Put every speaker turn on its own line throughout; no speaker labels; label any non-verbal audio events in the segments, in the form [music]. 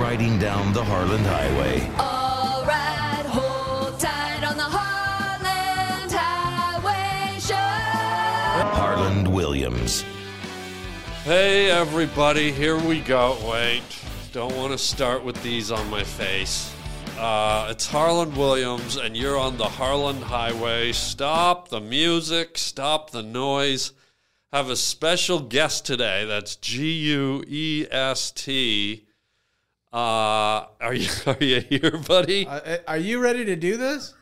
riding down the Harland Highway.
All right, hold tight on the Heartland Highway Show.
Harland Williams.
Hey everybody, here we go. Wait, don't want to start with these on my face. Uh, it's Harlan Williams, and you're on the Harlan Highway. Stop the music, stop the noise. Have a special guest today. That's G U E S T. Uh, are you [laughs] are you here, buddy?
Uh, are you ready to do this?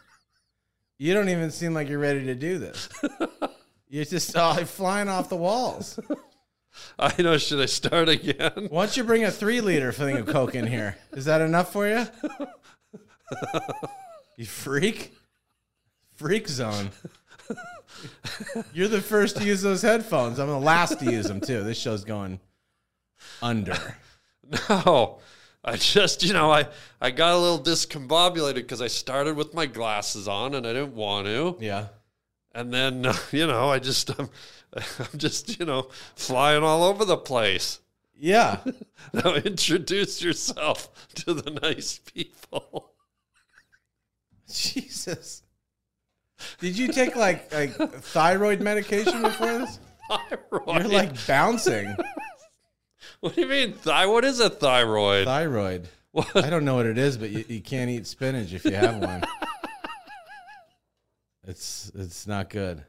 You don't even seem like you're ready to do this. You're just uh, flying off the walls.
I know. Should I start again?
Why don't you bring a three liter thing of Coke in here? Is that enough for you? You freak? Freak zone. You're the first to use those headphones. I'm the last to use them, too. This show's going under.
[laughs] No, Oh, I just you know I I got a little discombobulated because I started with my glasses on and I didn't want to,
Yeah.
and then [laughs] uh, you know I just I'm, [laughs] I'm just you know flying all over the place.
Yeah.
Now [laughs] introduce yourself to the nice people. [laughs]
Jesus. Did you take like like thyroid medication before this?
Thyroid.
You're like bouncing.
what do you mean? Thy- what is a thyroid?
thyroid. I don't know what it is, but you, you can't eat spinach if you have one. It's it's not good.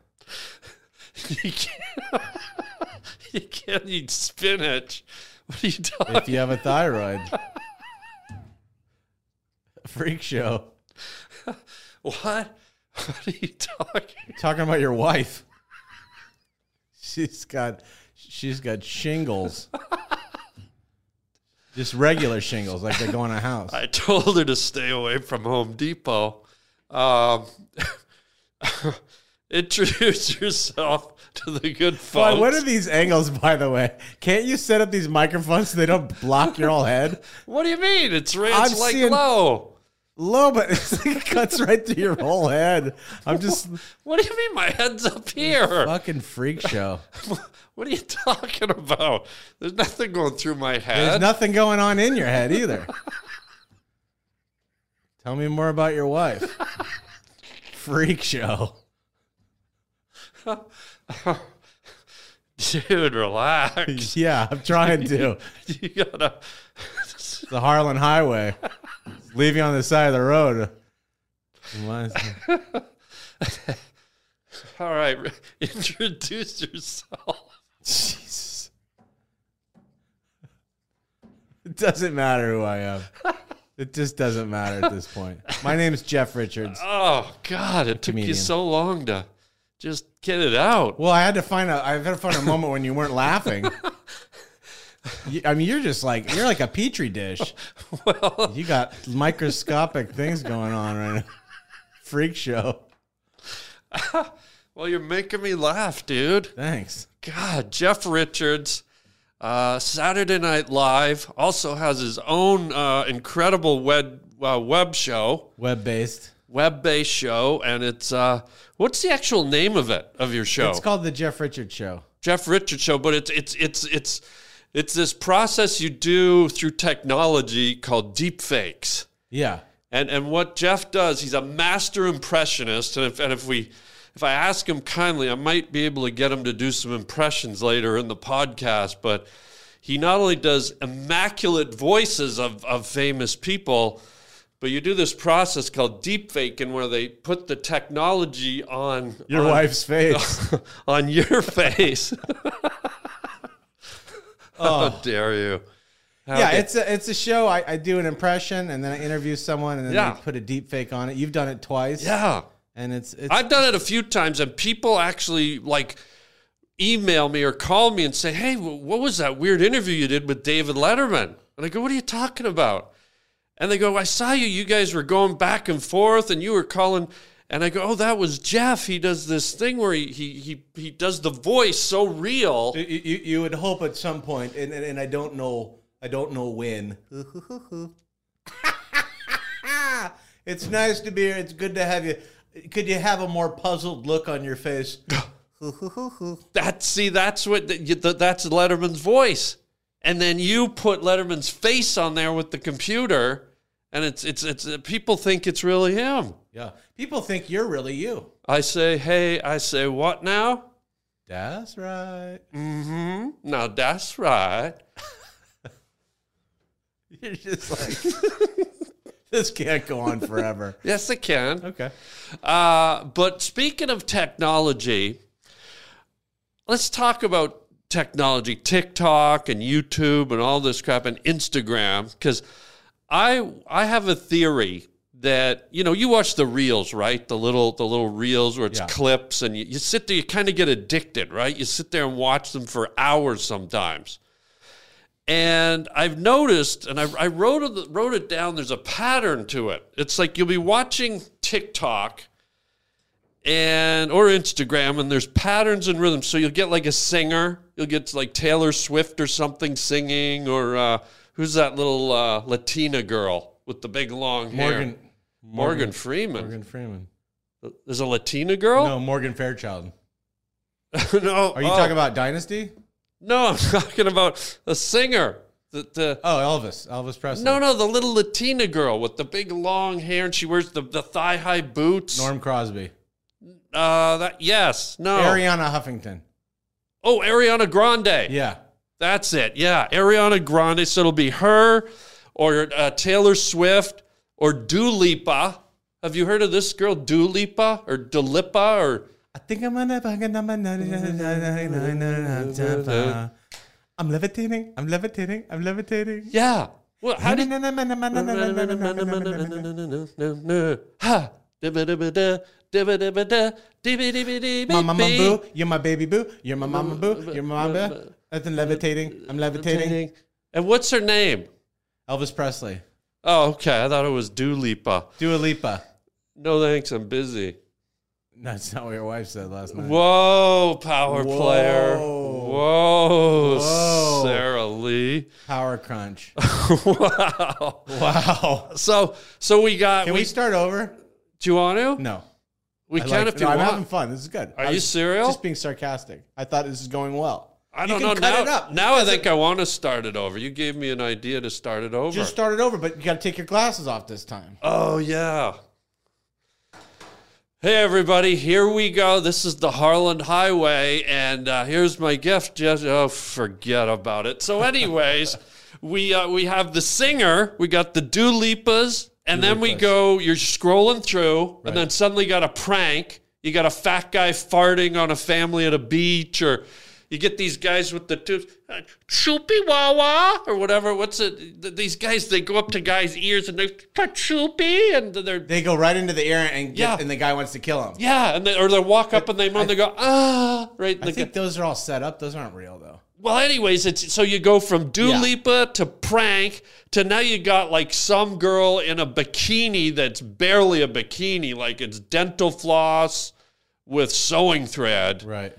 [laughs] you, can't, [laughs] you can't eat spinach. What are you talking?
If you have a thyroid, freak show.
what? [laughs] What are you talking?
Talking about your wife. She's got she's got shingles. Just regular shingles, like they go on a house.
I told her to stay away from Home Depot. Um, [laughs] introduce yourself to the good
Why,
folks.
what are these angles, by the way? Can't you set up these microphones so they don't block your whole head?
What do you mean? It's ranch
I'm
like
seeing-
low.
Low, but [laughs] it cuts right through your whole head. I'm just
What do you mean my head's up here?
fucking freak show.
What are you talking about? There's nothing going through my
There's
head.
nothing going on in your head either. Tell me more about your wife. Freak show.
[laughs] Dude,
[laughs]
relax. [laughs]
Yeah, I'm trying to.
you gotta.
The Harlan Highway. Leave you on the side of the road. Reminds me-
All right, [laughs] introduce yourself.
Jesus. [laughs] It doesn't matter who I am. It just doesn't matter at this point. My name's Jeff Richards.
Oh God, it took you
Comedian.
so long to just get it out.
Well, I had to find a. I had to find a moment when you weren't laughing. You- I mean, you're just like you're like a petri [laughs] dish.
Well,
You got microscopic things going on right now. Freak show.
Well, you're making me laugh, dude.
Thanks.
God, Jeff Richards, uh, Saturday Night Live, also has his own uh, incredible web uh, web show,
Web based.
web based show, and it's uh, what's the actual name of it of your show?
It's called the Jeff Richards Show.
Jeff Richards Show, but it's it's it's it's it's this process you do through technology called deepfakes.
Yeah.
And and what Jeff does, he's a master impressionist. And if and if we if I ask him kindly, I might be able to get him to do some impressions later in the podcast. But he not only does immaculate voices of, of famous people, but you do this process called deepfake, and where they put the technology on
Your
on-
wife's [laughs] face.
on your [laughs] face. How dare you? How
Oh. yeah,
da-
it's a it's a show. I, I do an impression and then I interview someone and then
Yeah.
they put a deep fake on it. You've done it twice.
yeah.
And it's it's
I've done it a few times, and people actually like email me or call me and say, "Hey, wh- what was that weird interview you did with David Letterman?" And I go, "What are you talking about?" And they go, "I saw you. You guys were going back and forth, and you were calling." And I go, "Oh, that was Jeff. He does this thing where he he he, he does the voice so real."
You, you, you would hope at some point, and, and, and I don't know, I don't know when. [laughs] it's nice to be here. It's good to have you. Could you have a more puzzled look on your face?
That see, that's what the, you- the, that's Letterman's voice. and then you put Letterman's face on there with the computer, and it's it's it's uh, people think it's really him.
Yeah. People think you're really you.
I say, hey, I say, what now?
That's right. [laughs]
Mm-hmm. Now that's right.
You're just like, [laughs] this can't go on forever.
Yes, I can.
[laughs] Okay.
Uh, but speaking of technology, let's talk about technology, TikTok and YouTube and all this crap and Instagram, because I I have a theory that you know you watch the reels, right? The little the little reels where it's
Yeah.
clips, and you, you sit there, you kind of get addicted, right? You sit there and watch them for hours sometimes. And I've noticed, and I, I wrote it, wrote it down. There's a pattern to it. It's like you'll be watching TikTok and or Instagram, and there's patterns and rhythms. So you'll get like a singer, you'll get like Taylor Swift or something singing, or uh, who's that little uh, Latina girl with the big long hair?
Morgan.
Morgan, Freeman.
Morgan Freeman.
There's a Latina girl.
No, Morgan Fairchild.
[laughs] No,
Are you
oh,
talking about Dynasty?
No, I'm [laughs] talking about a singer. The, the
Oh, Elvis. Elvis Presley.
No, no, the little Latina girl with the big long hair, and she wears the, the thigh high boots.
Norm Crosby.
Uh, that yes, no.
Ariana Huffington.
Oh, Ariana Grande.
Yeah.
That's it. Yeah, Ariana Grande. So it'll be her, or uh, Taylor Swift, or Dulipa. Have you heard of this girl, Dulipa, or Dulipa, or
I think I'm gonna. I'm levitating. I'm levitating. I'm levitating.
yeah? Well, how [laughs]
[laughs]
did?
My
Ha. Dibba-dibba-da, dibba-dibba-da, dibba-dibba-dee,
mama
baby.
boo, you're my baby boo, you're my mama boo, you're my mama. That's in levitating. I'm levitating.
And what's her name?
Elvis Presley,
Oh, okay. I thought it was Dulipa.
Dua Lipa.
No thanks, I'm busy.
That's not what your wife said last night.
Whoa, power
Whoa.
player. Whoa,
Whoa.
Sarah Lee.
Power crunch.
[laughs] wow.
[laughs] Wow.
So, so we got.
Can
we,
we start over?
do you want to?
No.
We
I
can
like-
if you
no, I'm
want.
having fun. This is good.
Are
I
you
was
serial?
Just being sarcastic. I thought this was going well.
I
You
don't
can
know
cut
now.
it up.
Now I think I want to start it over. You gave me an idea to start it over.
Just start it over, but you got to take your glasses off this time.
Oh, yeah. Hey, everybody, here we go. This is the Harland Highway, and uh, here's my gift. Just, oh, forget about it. So, anyways, we uh, we have the singer, we got the Dua Lipas, and then we
Lipas.
go, you're scrolling through, and then
Right.
suddenly you got a prank. You got a fat guy farting on a family at a beach, or you get these guys with the tubes, uh, choopy wawa, or whatever. What's it? th- These guys, they go up to guys' ears and they choopy, and they're
They go right into the air and get,
Yeah.
and the guy wants to kill him.
yeah, and they, or they walk up and they moan. They go ah, right.
I
They
think
go-
those are all set up. Those aren't real though.
well, anyways, it's so you go from Dua
Yeah.
Lipa to prank to now you got like some girl in a bikini that's barely a bikini, like it's dental floss with sewing thread.
Right.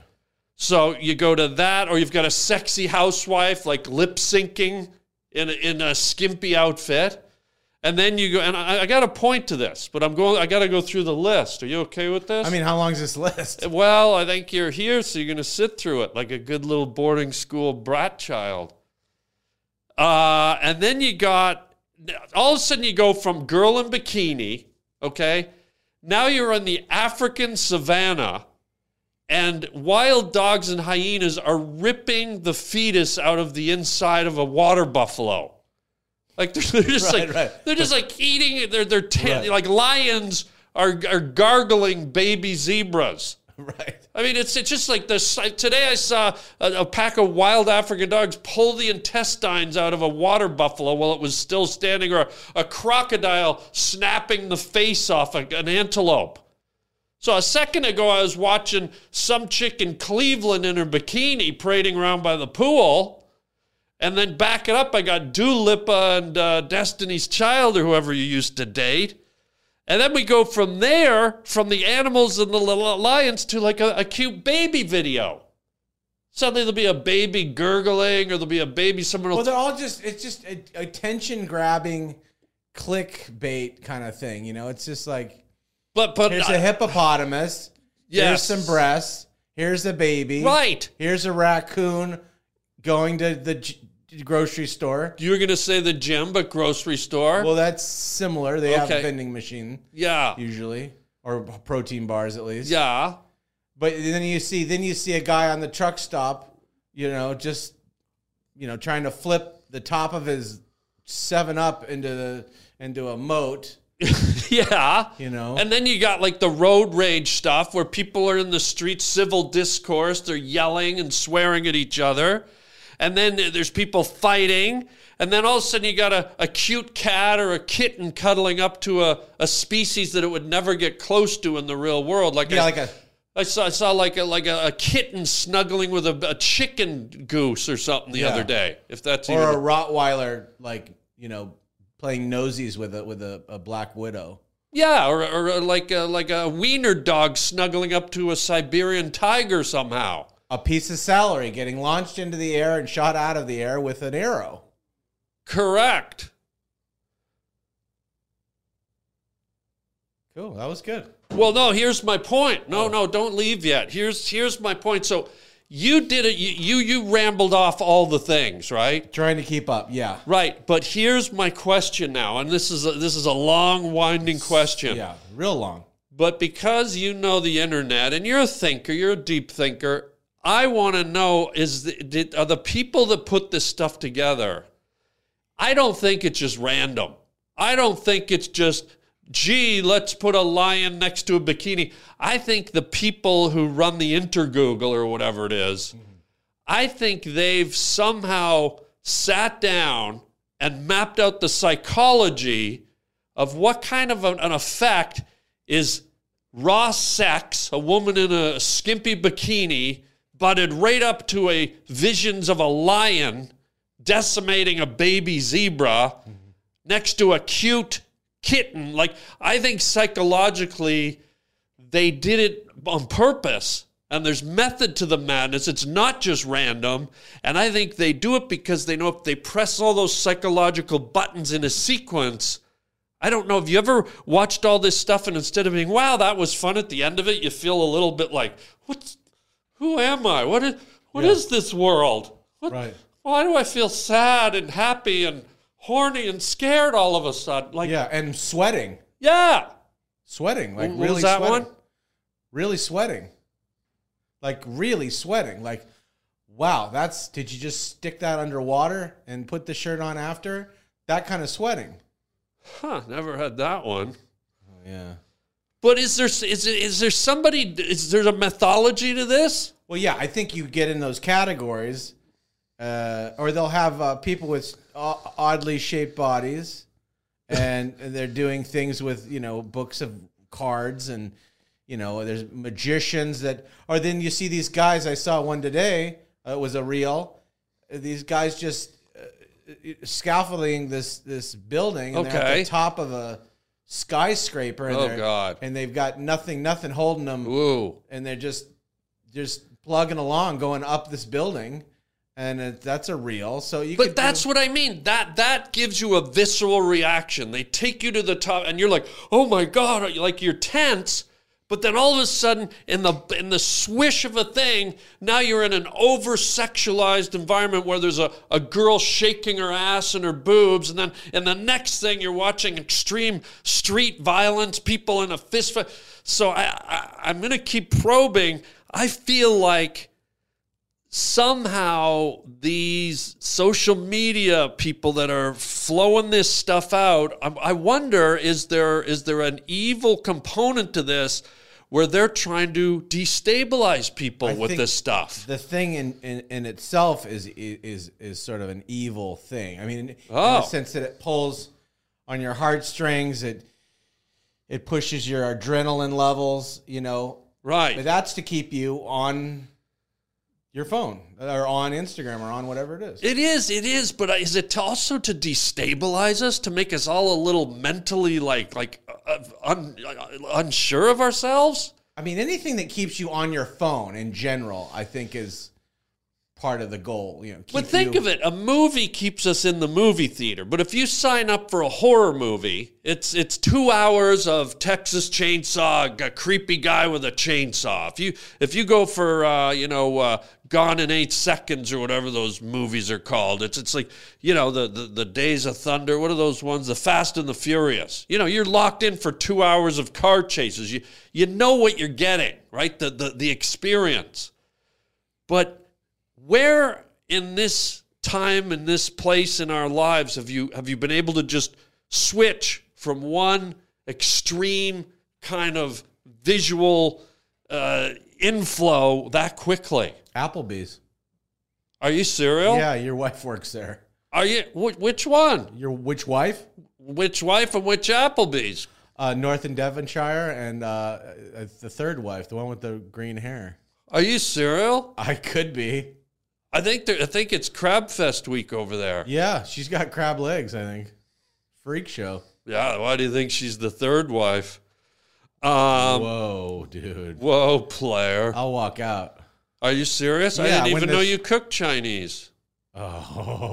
So you go to that, or you've got a sexy housewife like lip syncing in a, in a skimpy outfit. And then you go, and I, I got a point to this, but I'm going. I got to go through the list. Are you okay with this?
I mean, how long is this list?
Well, I think you're here, so you're going to sit through it like a good little boarding school brat child. Uh, and then you got, all of a sudden, you go from girl in bikini, okay? Now you're in the African savannah, and wild dogs and hyenas are ripping the fetus out of the inside of a water buffalo. Like [laughs] they're, they're just
Right,
like
right.
they're just like eating it. They're they're ta-
Right.
like lions are are gargling baby zebras.
[laughs] right.
I mean, it's it's just like this. I- Today I saw a, a pack of wild African dogs pull the intestines out of a water buffalo while it was still standing, or a crocodile snapping the face off a, an antelope. So a second ago, I was watching some chick in Cleveland in her bikini parading around by the pool. And then back it up, I got Dulipa and uh, Destiny's Child or whoever you used to date. And then we go from there, from the animals and the li- li- lions, to like a, a cute baby video. Suddenly there'll be a baby gurgling, or there'll be a baby someone will
Well, they're all just it's just a, attention grabbing, clickbait kind of thing. You know, it's just like
but but
here's
I-
a hippopotamus.
Yes.
Here's some breasts. Here's a baby.
right,
Here's a raccoon going to the j- grocery store.
You were gonna say the gym, but grocery store.
Well, that's similar. They have a
Okay.
vending machine
yeah,
usually, or protein bars at least.
yeah. [laughs]
But then you see, then you see a guy on the truck stop, you know, just you know, trying to flip the top of his Seven Up into the into a moat.
Yeah.
You know?
And then you got like the road rage stuff where people are in the street, civil discourse, they're yelling and swearing at each other. And then there's people fighting. And then all of a sudden you got a, a cute cat or a kitten cuddling up to a, a species that it would never get close to in the real world. Like
Yeah,
I,
like a
I saw, I saw like a like a, a kitten snuggling with a, a chicken goose or something the
Yeah.
other day. If that's
or a
even,
Rottweiler, like you know, playing nosies with a with a, a black widow.
yeah, or, or like a, like a wiener dog snuggling up to a Siberian tiger somehow.
A piece of celery getting launched into the air and shot out of the air with an arrow.
Correct.
Cool, that was good.
Well, no, here's my point. No, no, don't leave yet. Here's here's my point. So you did it. You you, you rambled off all the things, right?
Trying to keep up, yeah,
Right. But here's my question now, and this is a, this is a long, winding question.
yeah, real long.
But because you know the internet and you're a thinker, you're a deep thinker. I want to know is the, did, are the people that put this stuff together? I don't think it's just random. I don't think it's just gee, let's put a lion next to a bikini. I think the people who run the intergoogle or whatever it is, I think they've somehow sat down and mapped out the psychology of what kind of an- an effect is raw sex, a woman in a skimpy bikini, butted right up to a visions of a lion decimating a baby zebra next to a cute kitten. Like, I think psychologically, they did it on purpose. And there's method to the madness. It's not just random. And I think they do it because they know if they press all those psychological buttons in a sequence, I don't know. Have you ever watched all this stuff and instead of being, wow, that was fun at the end of it, you feel a little bit like, what's, who am I? What is, what is this world? What,
Right.
Why do I feel sad and happy and horny and scared all of a sudden? Like, yeah.
Yeah, and sweating, sweating, like
What
really
was that
sweating.
one?
really sweating. Like really sweating. Like, wow, that's did you just stick that underwater and put the shirt on after? That kind of sweating.
Huh, never had that one.
Yeah.
But is there is is there somebody is there a mythology to this?
Well, yeah, I think you get in those categories, uh, or they'll have uh, people with o- oddly shaped bodies, and [laughs] they're doing things with you know books of cards, and you know there's magicians that, or then you see these guys. I saw one today. Uh, it was a reel. Uh, These guys just uh, scaffolding this this building, and they're at
Okay.
the top of a skyscraper. And
Oh,
they're-
God.
And they've got nothing, nothing holding them
Ooh,
and they're just just plugging along going up this building and it, that's a reel so you
but
could
that's what I mean. That that gives you a visceral reaction. They take you to the top, and you're like, oh my god, like you're tense. But then all of a sudden, in the in the swish of a thing, now you're in an over sexualized environment where there's a, a girl shaking her ass and her boobs, and then in the next thing you're watching extreme street violence, people in a fist fight. So I, I I'm gonna keep probing. I feel like somehow these social media people that are flowing this stuff out I, I wonder is there is there an evil component to this where they're trying to destabilize people
I
with
think
this stuff
the thing in, in, in itself is is is sort of an evil thing i mean in
Oh.
the sense that it pulls on your heartstrings it it pushes your adrenaline levels you know
right
but that's to keep you on your phone or on instagram or on whatever it is
it is it is but is it to also to destabilize us to make us all a little mentally like like uh, un, unsure of ourselves
I mean, anything that keeps you on your phone in general, I think is part of the goal. You know, keep
But think
you-
of it, a movie keeps us in the movie theater. But if you sign up for a horror movie, it's it's 2 hours of Texas chainsaw, a creepy guy with a chainsaw. If you if you go for uh, you know, uh, Gone in Eight Seconds or whatever those movies are called. It's it's like you know the, the the Days of Thunder. What are those ones? The Fast and the Furious. You know you're locked in for two hours of car chases. You you know what you're getting, right? The the the experience. But where in this time in this place in our lives have you have you been able to just switch from one extreme kind of visual uh, inflow that quickly?
Applebee's.
Are you serial?
Yeah, your wife works there.
Are you wh- which one?
Your which wife?
Which wife and which Applebee's?
Uh, North in Devonshire, and uh, uh, the third wife, the one with the green hair.
Are you serial?
I could be.
I think there, I think it's Crab Fest week over there.
Yeah, she's got crab legs. I think. Freak show.
Yeah, why do you think she's the third wife? Um,
Whoa, Uh, dude.
whoa, player.
I'll walk out.
Are you serious? I
Yeah,
didn't
when
even know
this-
you cooked Chinese.
Oh, [laughs]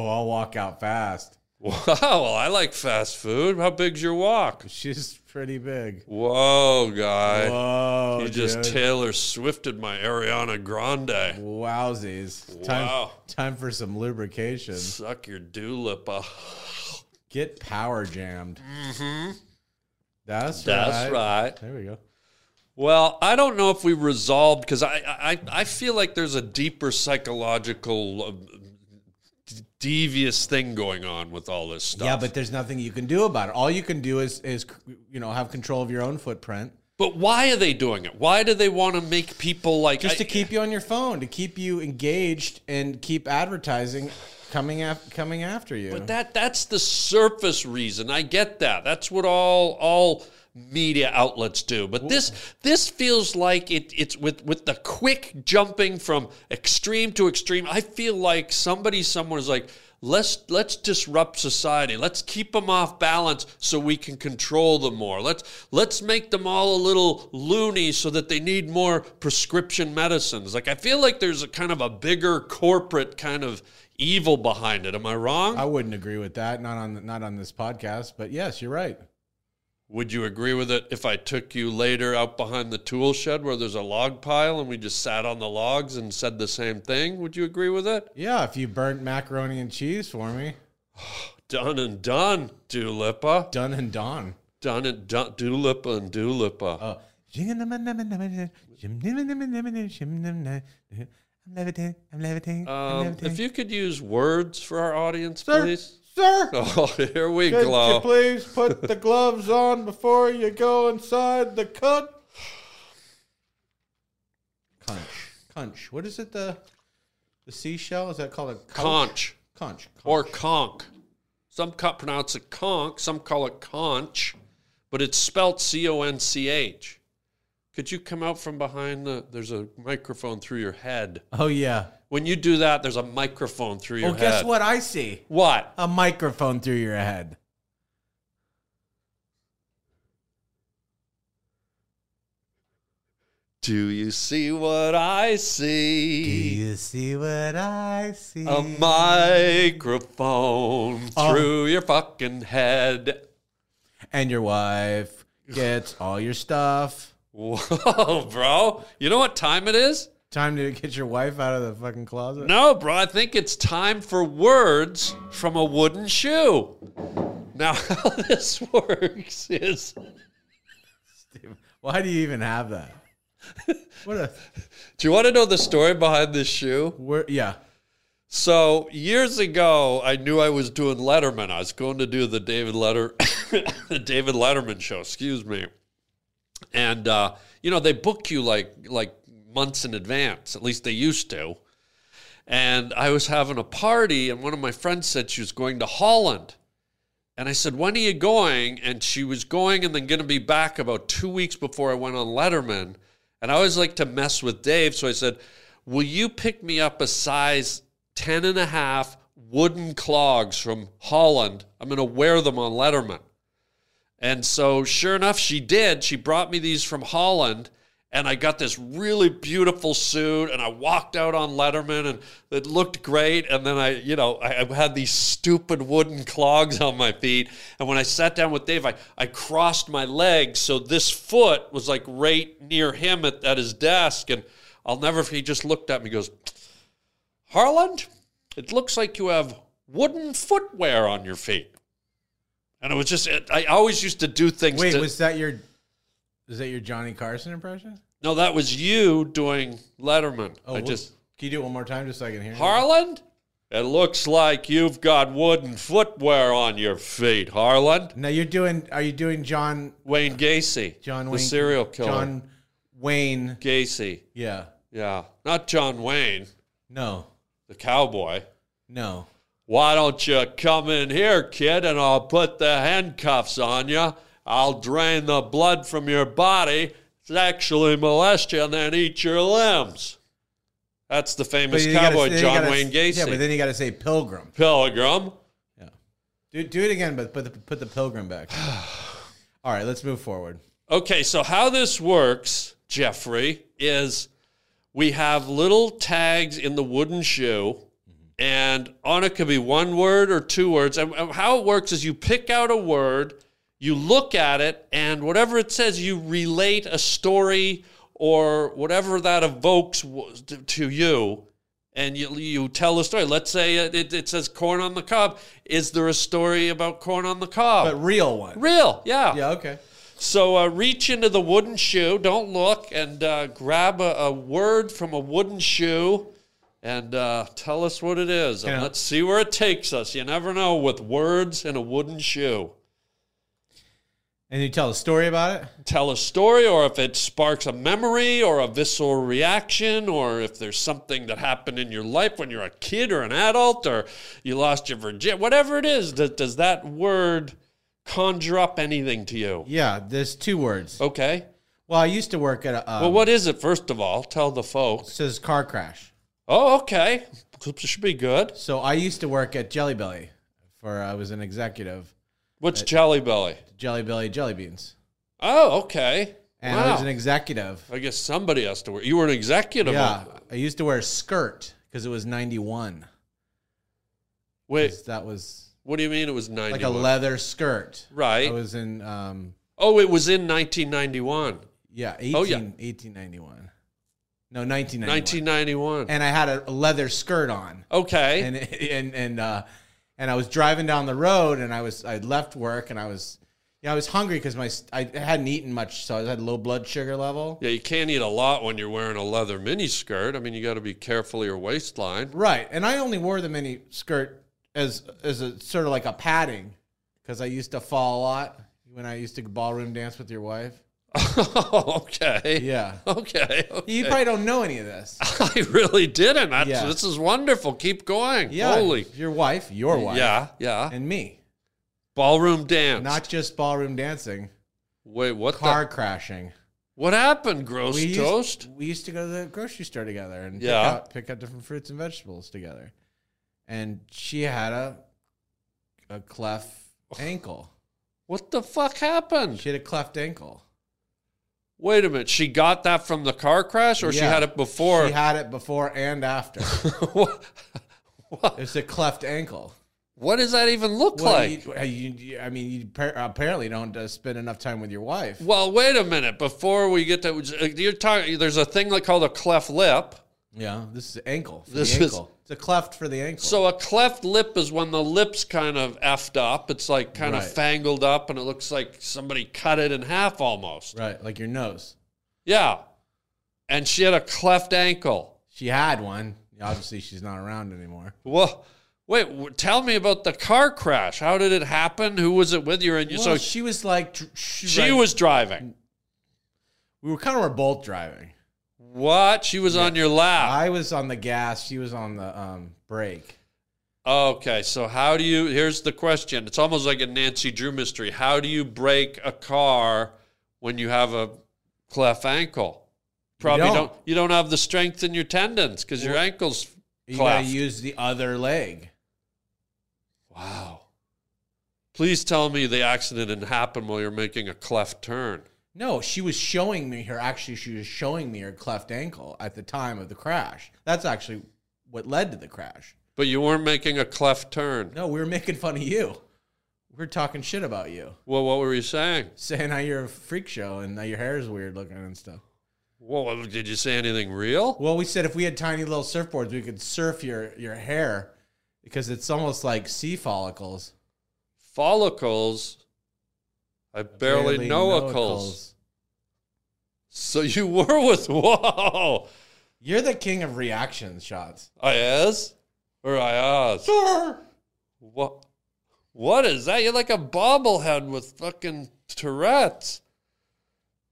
I'll walk out fast.
[laughs] Wow, Oh, well, I like fast food. How big's your walk?
She's pretty big.
Whoa, guy.
Whoa,
you just Taylor Swifted my Ariana Grande.
Wowsies. Time,
Wow.
time for some lubrication.
Suck your dewlip. uh,
Get power jammed. Mm-hmm. That's,
That's right.
There we go.
Well, I don't know if we resolved because I, I I feel like there's a deeper psychological um, d- devious thing going on with all this stuff.
Yeah, but there's nothing you can do about it. All you can do is is you know have control of your own footprint,
but why are they doing it? Why do they want to make people like
just to
I-
keep you on your phone, to keep you engaged, and keep advertising coming af- coming after you.
But that that's the surface reason. I get that. That's what all all media outlets do. But this this feels like it it's with with the quick jumping from extreme to extreme. I feel like somebody somewhere's like let's let's disrupt society. Let's keep them off balance so we can control them more. Let's let's make them all a little loony so that they need more prescription medicines. Like I feel like there's a kind of a bigger corporate kind of evil behind it. Am I wrong?
I wouldn't agree with that. Not on not on this podcast. But yes, you're right.
Would you agree with it if I took you later out behind the tool shed where there's a log pile and we just sat on the logs and said the same thing? Would you agree with it?
Yeah, if you burnt macaroni and cheese for me,
Done and done, Dulipa.
done and done.
Done and done, Dulipa and Dulipa.
Oh.
Um,
I'm levitating. I'm levitating. I'm
um,
levitating.
if you could use words for our audience,
sir,
please. [laughs]
sir,
Oh, here we
could you
go.
please put the gloves on before you go inside the cut? Conch, conch. What is it? The the seashell is that called a couch?
Conch
Conch. conch.
or conch. Some co- pronounce it conch, some call it conch, but it's spelt C O N C H. Could you come out from behind the? There's a microphone through your head.
oh yeah.
When you do that, there's a microphone through your
Well,
head.
guess what I see.
What?
a microphone through your head.
Do you see what I see?
Do you see what I see?
A microphone
Oh.
through your fucking head. [laughs]
and your wife gets all your stuff.
Whoa, bro. You know what time it is?
Time to get your wife out of the fucking closet.
No, bro, I think it's time for words from a wooden shoe. Now, [laughs] how this works is
Why do you even have
[laughs]
that? What a
do you want to know the story behind this shoe?
where, yeah.
So, years ago, I knew I was doing Letterman. I was going to do the David Letter [coughs] the David Letterman show, excuse me. And uh, you know, they book you like like months in advance. At least they used to. And I was having a party and one of my friends said she was going to Holland. And I said, When are you going? And she was going and then going to be back about two weeks before I went on Letterman. And I always like to mess with Dave. So I said, Will you pick me up a size 10 and a half wooden clogs from Holland? I'm going to wear them on Letterman. And so, sure enough, she did. She brought me these from Holland, and I got this really beautiful suit. And I walked out on Letterman, and it looked great. And then I, you know, I, I had these stupid wooden clogs on my feet. And when I sat down with Dave, I, I crossed my legs so this foot was like right near him at, at his desk. And I'll never, he just looked at me, and goes, Harland, it looks like you have wooden footwear on your feet. And it was just, it, I always used to do things.
Wait,
to,
was that your? Is that your Johnny Carson impression?
no, that was you doing Letterman. I
what-
just,
can you do it one more time just so I can hear? it?
Harland, it looks like you've got wooden footwear on your feet, Harland.
Now you're doing. Are you doing John?
Wayne Gacy,
John
the
Wayne.
serial killer.
John Wayne.
Gacy,
Yeah.
yeah, not John Wayne,
No.
the cowboy.
No.
Why don't you come in here, kid, and I'll put the handcuffs on you. I'll drain the blood from your body, sexually molest you, and then eat your limbs. That's the famous
you gotta-
cowboy
then you
John
gotta-
Wayne Gacy.
Yeah, but then you got to say Pilgrim.
Pilgrim.
Yeah. Do, do it again, but put the, put the
[sighs]
Pilgrim back. All right, let's move forward.
Okay, so how this works, Jeffrey, is we have little tags in the wooden shoe, and on it could be one word or two words. And and how it works is you pick out a word, you look at it, and whatever it says, you relate a story or whatever that evokes w- to- to you. And you, you tell the story. Let's say it, it, it says corn on the cob. Is there a story about corn on the cob?
But real one.
Real, yeah.
yeah, okay.
So uh, reach into the wooden shoe. Don't look and uh, grab a, a word from a wooden shoe and uh, tell us what it is. And
Yeah.
let's see where it takes us. You never know with words in a wooden shoe.
And you tell a story about it?
Tell a story, or if it sparks a memory or a visceral reaction, or if there's something that happened in your life when you're a kid or an adult, or you lost your virginity, whatever it is, does, does that word conjure up anything to you?
Yeah, there's two words.
Okay.
Well, I used to work at a um,
Oh. Well, what is it, first of all? Tell the folks.
says car crash.
Oh, okay. Clips should be good.
So I used to work at Jelly Belly for I was an executive.
What's Jelly Belly?
Jelly Belly Jelly Beans.
Oh, okay.
And I
wow.
was an executive.
I guess somebody has to wear. You were an executive.
Yeah.
on-
I used to wear a skirt because it was 91.
Wait,
'Cause That was
what do you mean it was 91?
like a leather skirt.
Right.
I was in um
oh, it was in 1991.
yeah, 18,
Oh, yeah.
1891. No, 1991.
1991.
and I had a leather skirt on.
okay.
and and and uh, and I was driving down the road, and I was I left work, and I was yeah I was hungry because my s- I hadn't eaten much, so I had low blood sugar level.
yeah, you can't eat a lot when you're wearing a leather mini skirt. I mean, you got to be careful of your waistline. [laughs]
Right, and I only wore the mini skirt as as a sort of like a padding because I used to fall a lot when I used to ballroom dance with your wife.
okay. [laughs]
Yeah,
Okay. okay.
you probably don't know any of this.
[laughs] I really didn't. That's,
Yeah.
This is wonderful. Keep going.
Yeah,
Holy.
your wife, your wife,
Yeah, yeah.
and me.
Ballroom dance.
Not just ballroom dancing,
Wait, what? the-
car crashing.
What happened, Gross
we
Toast?
Used, we used to go to the grocery store together and
Yeah.
pick, out, pick out different fruits and vegetables together. And she had a a cleft ankle.
What the fuck happened?
She had a cleft ankle.
Wait a minute. She got that from the car crash or she
Yeah.
had it before?
She had it before and after.
[laughs] what, what-
it's a cleft ankle.
what does that even look
Well,
like?
you, you- you- I mean, you par- apparently don't uh, spend enough time with your wife.
well, wait a minute. Before we get to, you're talking, there's a thing like called a cleft lip.
Yeah, this is ankle. For
This
the
is-
ankle. It's a cleft for the ankle.
So a cleft lip is when the lip's kind of effed up. It's like kind of
Right.
fangled up and it looks like somebody cut it in half almost.
right, like your nose.
Yeah. And she had a cleft ankle.
She had one. Obviously, she's not around anymore.
Well, wait. W- tell me about the car crash. How did it happen? Who was it with you? And you,
Well,
so she,
she was like, tr- she, like-
was driving.
We were kind of were both driving.
What? She was on your lap.
I was on the gas. She was on the um, brake.
okay. So how do you? Here's the question. It's almost like a Nancy Drew mystery. How do you break a car when you have a cleft ankle? Probably
don't.
don't. You don't have the strength in your tendons because your ankles.
You
Cleft.
gotta use the other leg.
Wow. Please tell me the accident didn't happen while you're making a cleft turn.
No, she was showing me her. Actually, she was showing me her cleft ankle at the time of the crash. That's actually what led to the crash.
But you weren't making a cleft turn.
No, we were making fun of you. We were talking shit about you,
Well, what were you saying?
saying how you're a freak show and how your hair is weird looking and stuff.
Whoa, did you say anything real?
Well, we said if we had tiny little surfboards, we could surf your your hair because it's almost like sea follicles.
Follicles. I barely, know a culls. So you [laughs] were with whoa.
You're the king of reaction shots.
I is or I asked. What? What is that? You're like a bobblehead with fucking Tourette's.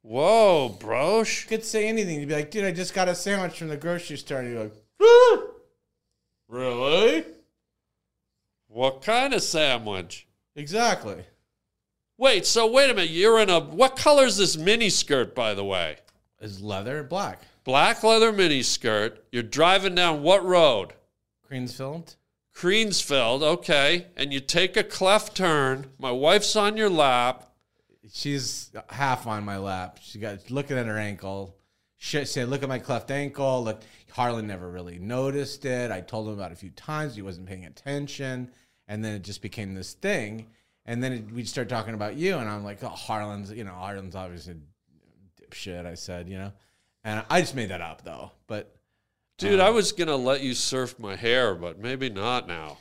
Whoa, brosh.
could say anything. You'd be like, dude, I just got a sandwich from the grocery store. And you're like,
Really? What kind of sandwich?
exactly.
Wait, so wait a minute. You're in a. What color's this mini skirt, by the way?
Is leather and black.
Black leather mini skirt. You're driving down what road?
Creamsfield.
Creensfeld, okay. And you take a cleft turn. My wife's on your lap.
She's half on my lap. She got looking at her ankle. She said, look at my cleft ankle. Look, Harlan never really noticed it. I told him about it a few times. He wasn't paying attention. And then it just became this thing. And then it, we'd start talking about you. And I'm like, oh, Harlan's, you know, Harlan's obviously a dipshit. I said, you know, and I just made that up though. But
Dude, I was gonna let you surf my hair, but maybe not now.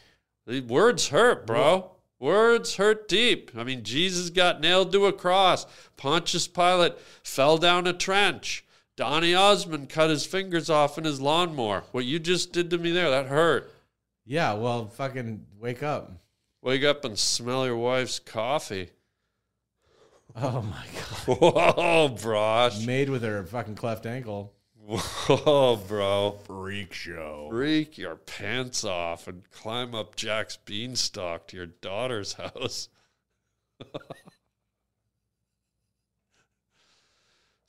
The words hurt, bro. Words hurt deep. I mean, Jesus got nailed to a cross. Pontius Pilate fell down a trench. Donny Osmond cut his fingers off in his lawnmower. What you just did to me there, that hurt.
yeah, well, fucking wake up.
Wake up and smell your wife's coffee.
Oh my God.
Whoa, brosh.
Made with her fucking cleft ankle.
Whoa, bro.
Freak show.
Freak your pants off and climb up Jack's beanstalk to your daughter's house. [laughs]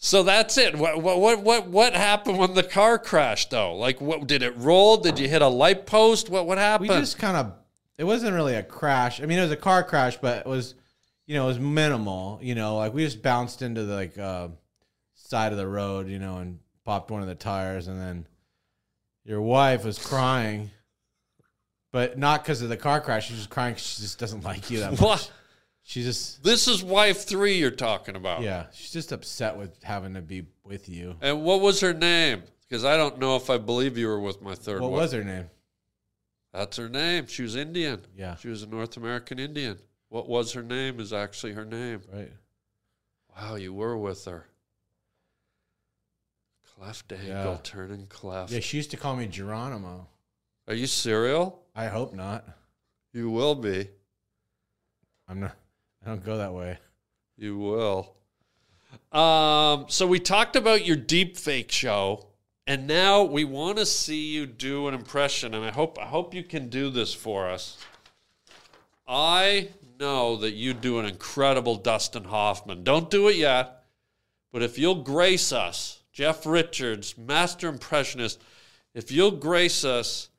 so that's it. What, what what what what happened when the car crashed though? Like what did it roll? Did you hit a light post? What what
we
happened? [laughs]
just kind of it wasn't really a crash i mean it was a car crash but it was you know it was minimal you know like we just bounced into the like uh, side of the road you know and popped one of the tires and then your wife was crying but not because of the car crash she was crying 'cause she just doesn't like
[laughs]
you that much
what?
she just
This is wife 3 you're talking about.
yeah she's just upset with having to be with you
And what was her name? Cuz I don't know if I believe you were with my third
what
wife.
was her name
That's her name. She was Indian.
Yeah.
She was a North American Indian. What was her name is actually her name.
right
Wow, you were with her. Cleft angle,
Yeah.
turning cleft.
yeah she used to call me geronimo
Are you serial?
i hope not
You will be.
i'm not i don't go that way
You will. Um, so we talked about your deep fake show, and now we want to see you do an impression, and I hope I hope you can do this for us. I know that you do an incredible Dustin Hoffman. Don't do it yet, but if you'll grace us, Jeff Richards, master impressionist, if you'll grace us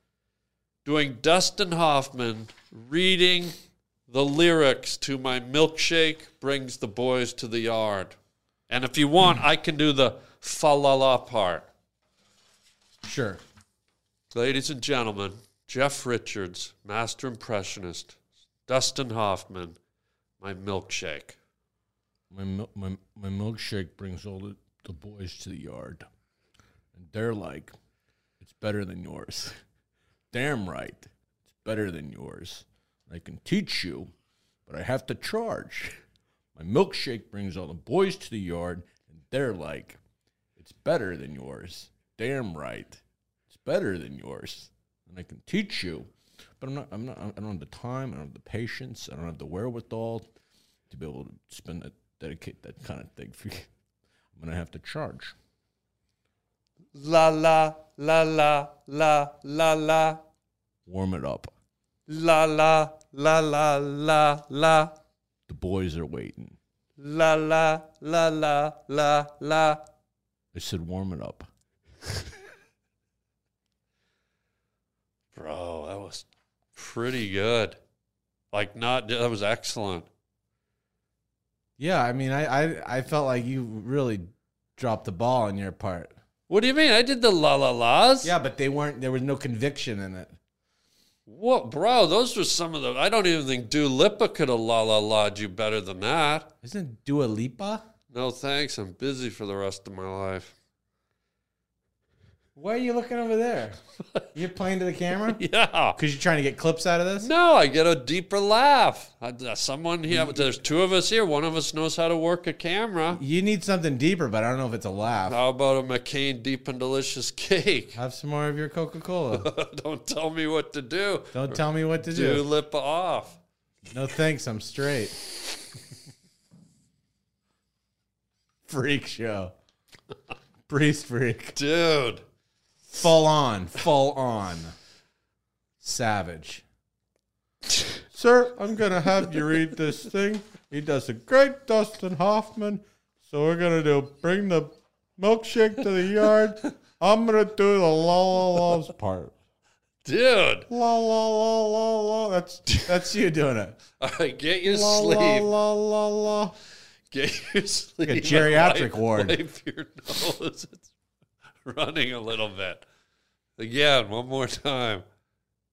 doing Dustin Hoffman reading the lyrics to my milkshake brings the boys to the yard. And if you want, I can do the fa la la part.
sure
Ladies and gentlemen, Jeff Richards, master impressionist, Dustin Hoffman, my milkshake.
My, mil- my, my milkshake brings all the, the boys to the yard. And they're like, it's better than yours. [laughs] Damn right. It's better than yours. I can teach you, but I have to charge. [laughs] My milkshake brings all the boys to the yard. And they're like, it's better than yours. Damn right. It's better than yours. And I can teach you, but I'm not, I'm not, I don't have the time. I don't have the patience. I don't have the wherewithal to be able to spend that dedicate that kind of thing for you. I'm gonna have to charge.
La la, la la, la la la,
Warm it up.
la la, la la, la la.
The boys are waiting.
La la la la la la.
I said warm it up.
Bro, that was pretty good. Like not that was excellent.
Yeah, I mean, I, I I felt like you really dropped the ball on your part.
What do you mean? I did the la la las.
Yeah, but they weren't. There was no conviction in it.
What, bro? Those were some of the. I don't even think Dua Lipa could have la la la'd you better than that.
Isn't Dua Lipa?
No thanks. I'm busy for the rest of my life.
Why are you looking over
[laughs]
there? You're playing to the camera?
Yeah.
Because you're trying to get clips out of this?
No, I get a deeper laugh. I, uh, someone here, there's two of us here. One of us knows how to work a camera.
You need something deeper, but I don't know if it's a laugh.
How about a McCain Deep and Delicious [laughs] cake?
Have some more of your Coca Cola.
Don't tell me what to do.
don't tell me
[laughs]
what to
Do
do.
lip off.
No thanks, I'm straight. freak show. Priest freak.
Dude.
Full on, full on. Savage. Sir, I'm going to have you read this thing. He does a great Dustin Hoffman. So we're going to do bring the milkshake to the yard. I'm going to do the la la la's part.
Dude.
La la la la la. That's that's you doing it.
All right, get your
La
sleep.
la la la la.
[laughs] Get your sleep. and
geriatric
wipe-
ward.
Wipe your nose. It's [laughs] running a little bit. Again, one more time.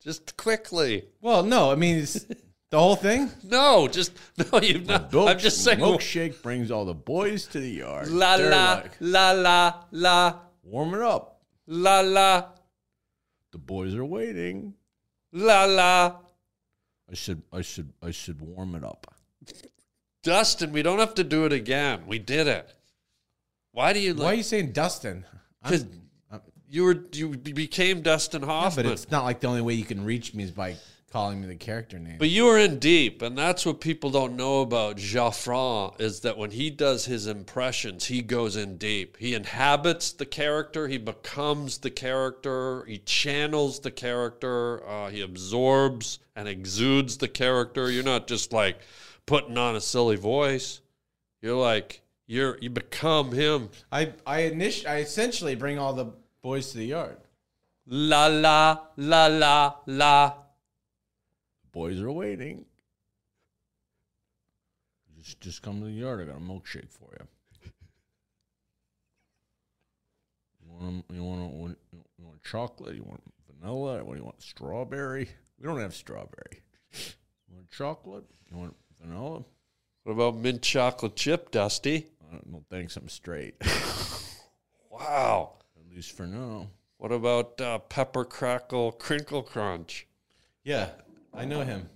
Just quickly.
Well, no, I mean it's the whole
[laughs]
thing.
No, just [laughs] no. You've not. I'm just saying.
Milkshake brings all the boys to the yard.
La
They're
la
like,
la la la
warm it up.
la la
The boys are waiting.
la la.
I should, I should, I should warm it up.
Dustin, we don't have to do it again. We did it. Why do you
Why are
like?
you saying Dustin? I'm-
Because you were you became Dustin Hoffman,
but it's not like the only way you can reach me is by calling me the character name.
But you were in deep, and that's what people don't know about Jaffran is that when he does his impressions, he goes in deep. He inhabits the character, he becomes the character, he channels the character, uh, he absorbs and exudes the character. You're not just like putting on a silly voice. You're like you're you become him.
I I init- I essentially bring all the boys to the yard.
La la la la la.
Boys are waiting. Just, just come to the yard. I got a milkshake for you. You want, you want, a- you want chocolate? You want vanilla? What do you want? Strawberry? We don't have strawberry. You want chocolate? You want vanilla?
What about mint chocolate chip, Dusty?
I don't know. Thanks, I'm straight. [laughs]
Wow.
At least for now.
What about uh, Pepper Crackle Crinkle Crunch?
Yeah, I know him.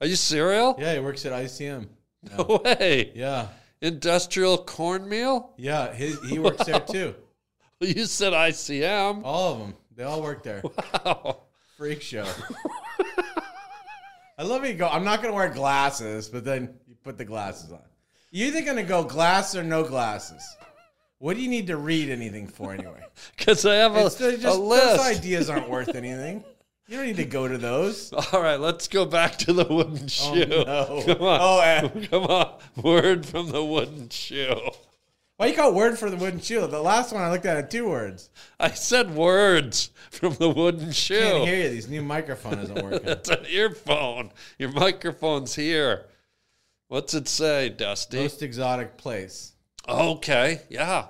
Are you cereal?
Yeah, he works at ICM.
[laughs] No way.
Yeah,
Industrial cornmeal? [laughs]
yeah, his, he works there too.
You said ICM.
All of them, they all work there.
Wow.
Freak show. [laughs] I love how you go. I'm not gonna wear glasses, but then you put the glasses on. You're either gonna go glass or no glasses. What do you need to read anything
[laughs]
for anyway?
Because I have a,
It's they're
a
just those
list.
ideas aren't worth anything. You don't need to go to those.
[laughs] All right, let's go back to the wooden shoe.
Oh,
[laughs]
no.
Come on.
Oh, eh.
Come on. Word from the wooden shoe.
Why you got word for the wooden shield? The last one I looked at had two words.
I said words from the wooden
Can't
shoe.
hear you. These new microphone isn't working.
It's an earphone. Your microphone's here. What's it say, Dusty?
Most exotic place.
okay. Yeah.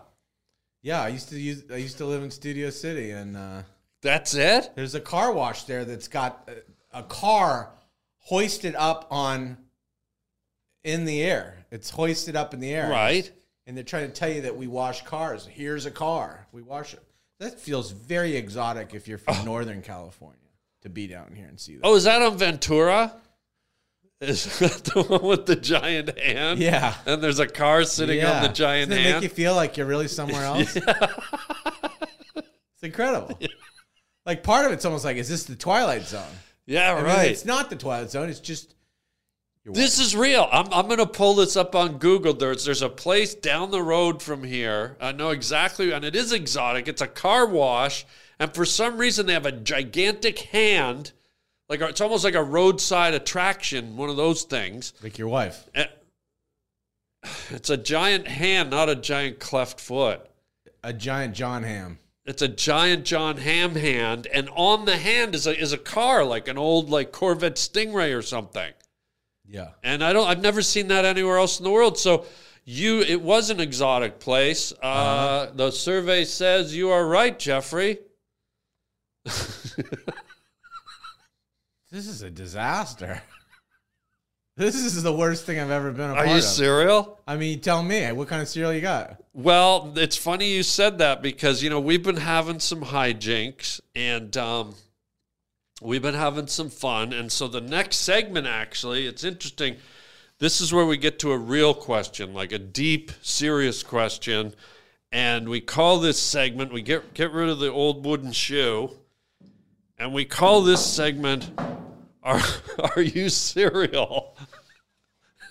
Yeah, I used to use. I used to live in Studio City, and uh,
That's it?
There's a car wash there that's got a, a car hoisted up on in the air. It's hoisted up in the air.
Right.
And they're trying to tell you that we wash cars. Here's a car. We wash it. That feels very exotic if you're from Northern California to be down here and see that.
Oh, is that on Ventura? Is [laughs] that the one with the giant hand?
Yeah.
And there's a car sitting on the giant
Doesn't it
hand.
make you feel like you're really
[laughs]
somewhere else? it's incredible. Like part of it's almost like, is this the Twilight Zone?
yeah,
I mean,
right.
it's not the Twilight Zone. It's just
this is real. I'm, I'm going to pull this up on Google. There's, there's a place down the road from here. I know exactly, and it is exotic. It's a car wash. And for some reason, they have a gigantic hand. Like a- It's almost like a roadside attraction, one of those things.
like your wife.
Eh, [sighs] It's a giant hand, not a giant cleft foot.
a giant John Ham.
it's a giant John Ham hand, and on the hand is a is a car like an old like Corvette Stingray or something.
Yeah.
And I don't I've never seen that anywhere else in the world. So you it was an exotic place. Uh, The survey says you are right, Jeffrey.
This is a disaster. [laughs] This is the worst thing I've ever been a
Are
part
you
of.
cereal?
I mean, tell me, what kind of cereal you got?
Well, it's funny you said that because you know we've been having some hijinks and um, we've been having some fun, and so the next segment actually, it's interesting. This is where we get to a real question, like a deep, serious question, and we call this segment. We get get rid of the old wooden shoe, and we call this segment. Are, [laughs] are you cereal?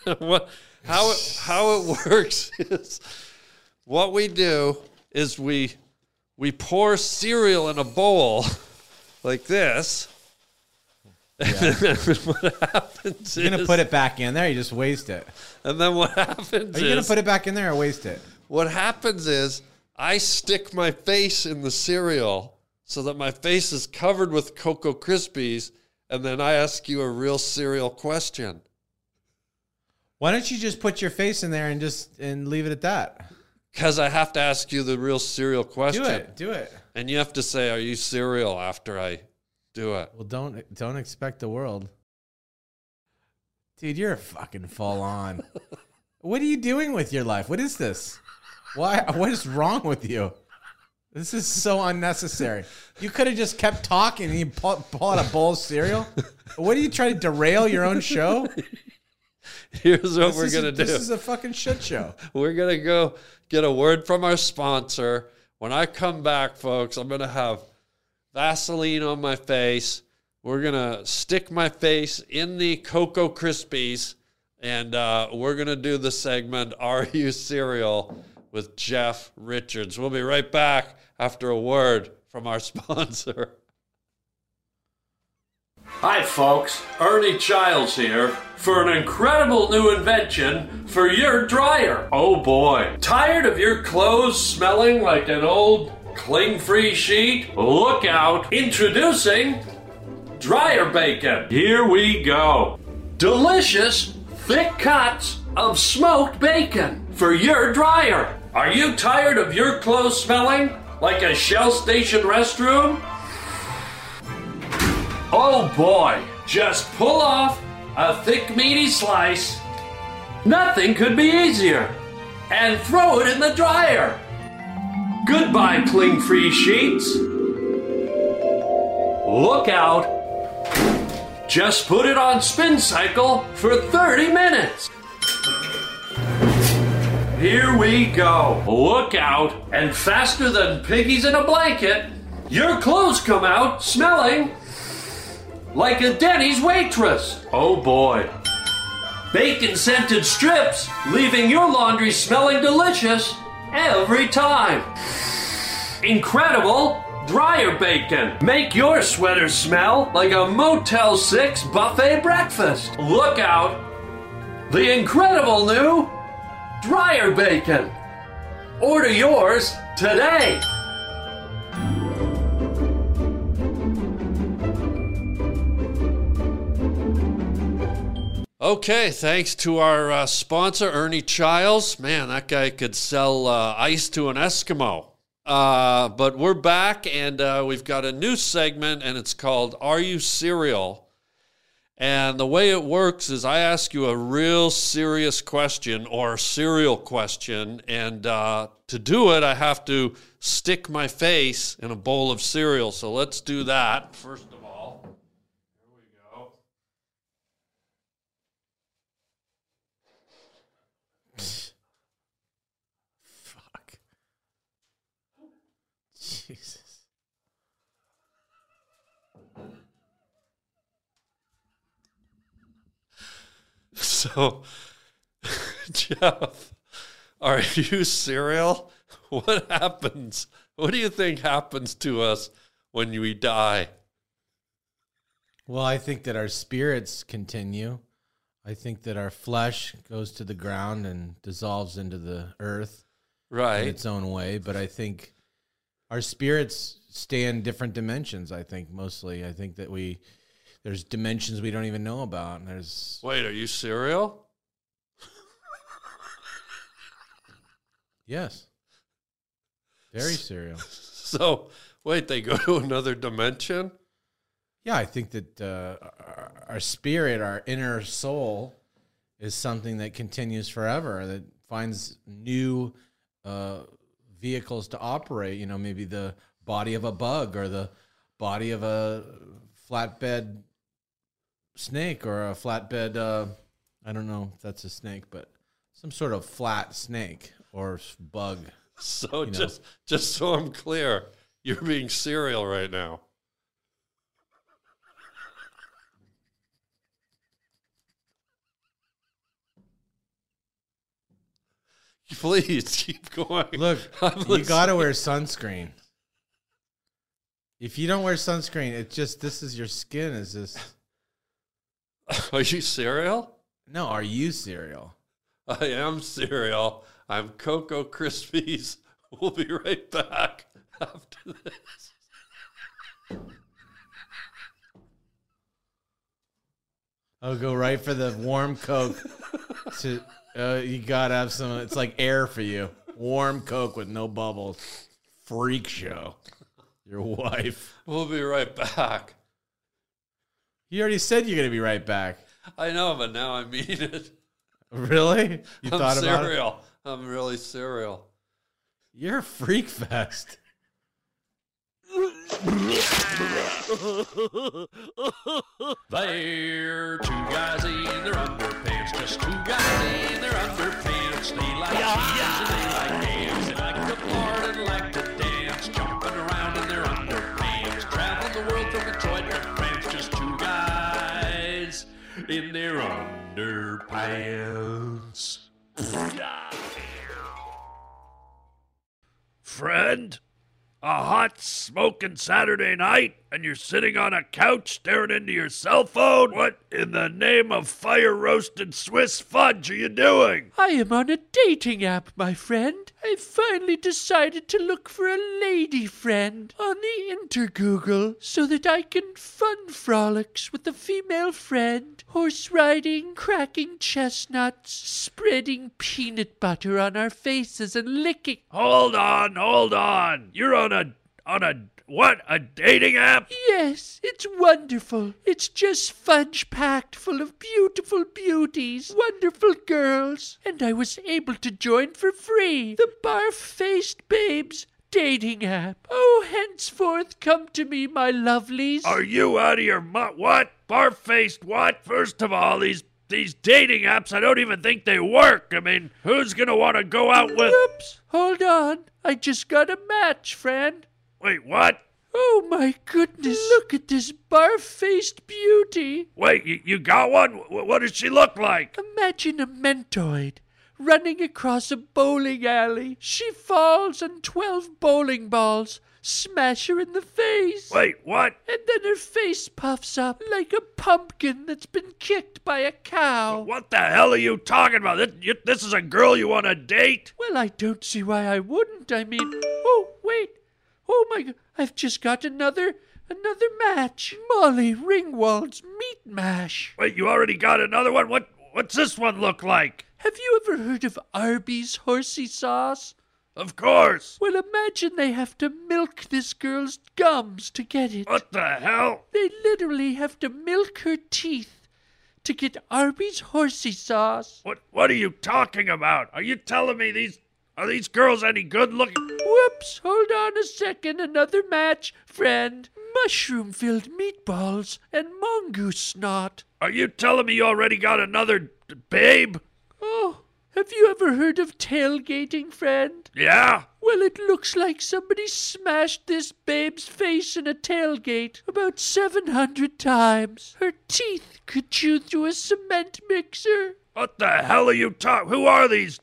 [laughs] what, how, it, how it [laughs] works is what we do is we we pour cereal in a bowl [laughs] like this. [laughs] And then what happens
You're gonna
is-
put it back in there? You just waste it.
and then what [laughs] happens
Are you gonna
is
put it back in there or waste it?
what happens is I stick my face in the cereal so that my face is covered with Cocoa Krispies, and then I ask you a real cereal question.
Why don't you just put your face in there and just and leave it at that?
Because I have to ask you the real cereal question.
Do it. Do it.
And you have to say, Are you cereal after I do it? [laughs]
Well, don't don't expect the world, dude. You're a fucking full on. what are you doing with your life? What is this? Why? What is wrong with you? This is so unnecessary. You could have just kept talking and you pu- pull out a bowl of cereal. What are you trying to derail your own show?
Here's what
This
we're
is
going
a,
to do.
This is a fucking shit show.
We're going to go get a word from our sponsor. When I come back, folks, I'm going to have Vaseline on my face. We're going to stick my face in the Cocoa Krispies. And uh, we're going to do the segment Are You Cereal with Jeff Richards. We'll be right back after a word from our [laughs] sponsor. Hi, folks. Ernie Childs here for an incredible new invention for your dryer. Oh boy. Tired of your clothes smelling like an old cling free sheet? Look out. Introducing dryer bacon. Here we go. Delicious, thick cuts of smoked bacon for your dryer. Are you tired of your clothes smelling like a Shell Station restroom? Oh boy! Just pull off a thick, meaty slice. Nothing could be easier. And throw it in the dryer. Goodbye, cling free sheets. Look out. Just put it on spin cycle for 30 minutes. Here we go. Look out. And faster than piggies in a blanket, your clothes come out smelling like a Denny's waitress. Oh boy. Bacon scented strips, leaving your laundry smelling delicious every time. Incredible dryer bacon. Make your sweater smell like a Motel 6 buffet breakfast. Look out. The incredible new dryer bacon. Order yours today. Okay, thanks to our uh, sponsor, Ernie Childs. Man, that guy could sell uh, ice to an Eskimo. Uh, but we're back, and uh, we've got a new segment, and it's called Are You Cereal? And the way it works is I ask you a real serious question or serial question, and uh, to do it, I have to stick my face in a bowl of cereal. So let's do that, first of all. Here we go.
Fuck. Jesus.
[laughs] So, Jeff, are you cereal? What happens? What do you think happens to us when we die?
Well, I think that our spirits continue. I think that our flesh goes to the ground and dissolves into the earth in
Right.
its own way. But I think our spirits stay in different dimensions. I think mostly. I think that we there's dimensions we don't even know about, and there's
Wait, are you cereal?
yes, very serial.
[laughs] So, wait, they go to another dimension?
Yeah, I think that uh, our- our spirit, our inner soul, is something that continues forever that finds new uh, vehicles to operate. You know, maybe the body of a bug or the body of a flatbed snake or a flatbed. Uh, I don't know if that's a snake, but some sort of flat snake or s- bug.
So just just so I'm clear, you're being serial right now. [laughs] Please keep going.
Look,
[laughs]
[laughs]
I'm
you
listening.
got to wear sunscreen. If you don't wear sunscreen, it just this is your skin is just
Are you cereal?
[laughs] No, are you cereal?
I am cereal. I'm Cocoa Krispies. We'll be right back [laughs] after this.
Oh, go right for the warm Coke. to uh, you gotta have some. It's like air for you. Warm Coke with no bubbles. Freak show. Your wife.
We'll be right back.
You already said you're gonna be right back. [laughs]
I know, but now I mean it.
Really? You
I'm
thought about it?
cereal. I'm really cereal.
You're a freak fest.
They're two guys in their underpants, just two guys in their underpants. They like cheese and they like dance, they like to fart and like to dance, jumping around in their underpants, traveling the world from Detroit to France. Just two guys in their underpants. Friend, a hot smoking Saturday night, and you're sitting on a couch staring into your cell phone? What in the name of fire roasted Swiss fudge are you doing?
I am on a dating app, my friend. I finally decided to look for a lady friend on the intergoogle so that I can fun frolics with a female friend, horse riding, cracking chestnuts, spreading peanut butter on our faces and licking.
Hold on, hold on. You're on a on a what? A dating app?
Yes, it's wonderful. It's just fudge packed full of beautiful beauties, wonderful girls, and I was able to join for free the barf faced babes dating app. Oh, henceforth come to me, my lovelies.
Are you out of your mu- what? Barf-faced what? First of all, these these dating apps, I don't even think they work. I mean, who's going to want to go out with
Oops, hold on. I just got a match, friend.
Wait, what?
Oh my goodness, look at this barf faced beauty.
Wait, you, you got one? Wh- what does she look like?
Imagine a mentoid running across a bowling alley. She falls on 12 bowling balls, smash her in the face.
Wait, what?
And then her face puffs up like a pumpkin that's been kicked by a cow.
What the hell are you talking about? This, you, this is a girl you want to date?
Well, I don't see why I wouldn't. I mean, oh, wait. Oh my god, I've just got another another match. Molly Ringwald's meat mash.
Wait, you already got another one? What? What's this one look like?
Have you ever heard of Arby's horsey sauce?
Of course.
Well, imagine they have to milk this girl's gums to get it.
What the hell?
They literally have to milk her teeth to get Arby's horsey sauce.
What? What are you talking about? Are you telling me these are these girls any good looking?
Whoops, hold on a second, another match, friend. Mushroom filled meatballs and mongoose snot.
Are you telling me you already got another d- babe?
Oh, have you ever heard of tailgating, friend?
Yeah.
Well, it looks like somebody smashed this babe's face in a tailgate about 700 times. Her teeth could chew through a cement mixer.
What the hell are you talking? Who are these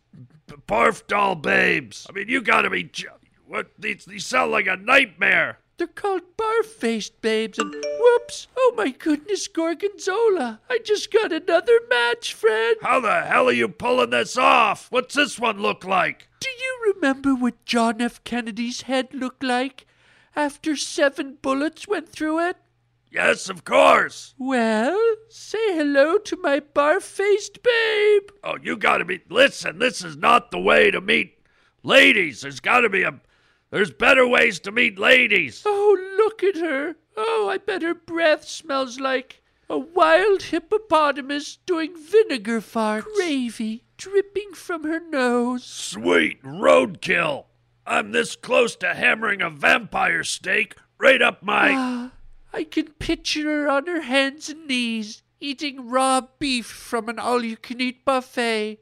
b- barf doll babes? I mean, you gotta be. j- What? These, these sound like a nightmare.
They're called barf faced babes, and whoops! Oh my goodness, Gorgonzola! I just got another match, friend!
How the hell are you pulling this off? What's this one look like?
Do you remember what John F. Kennedy's head looked like after seven bullets went through it?
Yes, of course.
Well, say hello to my barf faced babe!
Oh, you gotta be. Listen, this is not the way to meet ladies. There's gotta be a. There's better ways to meet ladies.
Oh, look at her! Oh, I bet her breath smells like. a wild hippopotamus doing vinegar farts. Gravy dripping from her nose.
Sweet roadkill! I'm this close to hammering a vampire steak right up my.
Ah, I can picture her on her hands and knees, eating raw beef from an all you can eat buffet,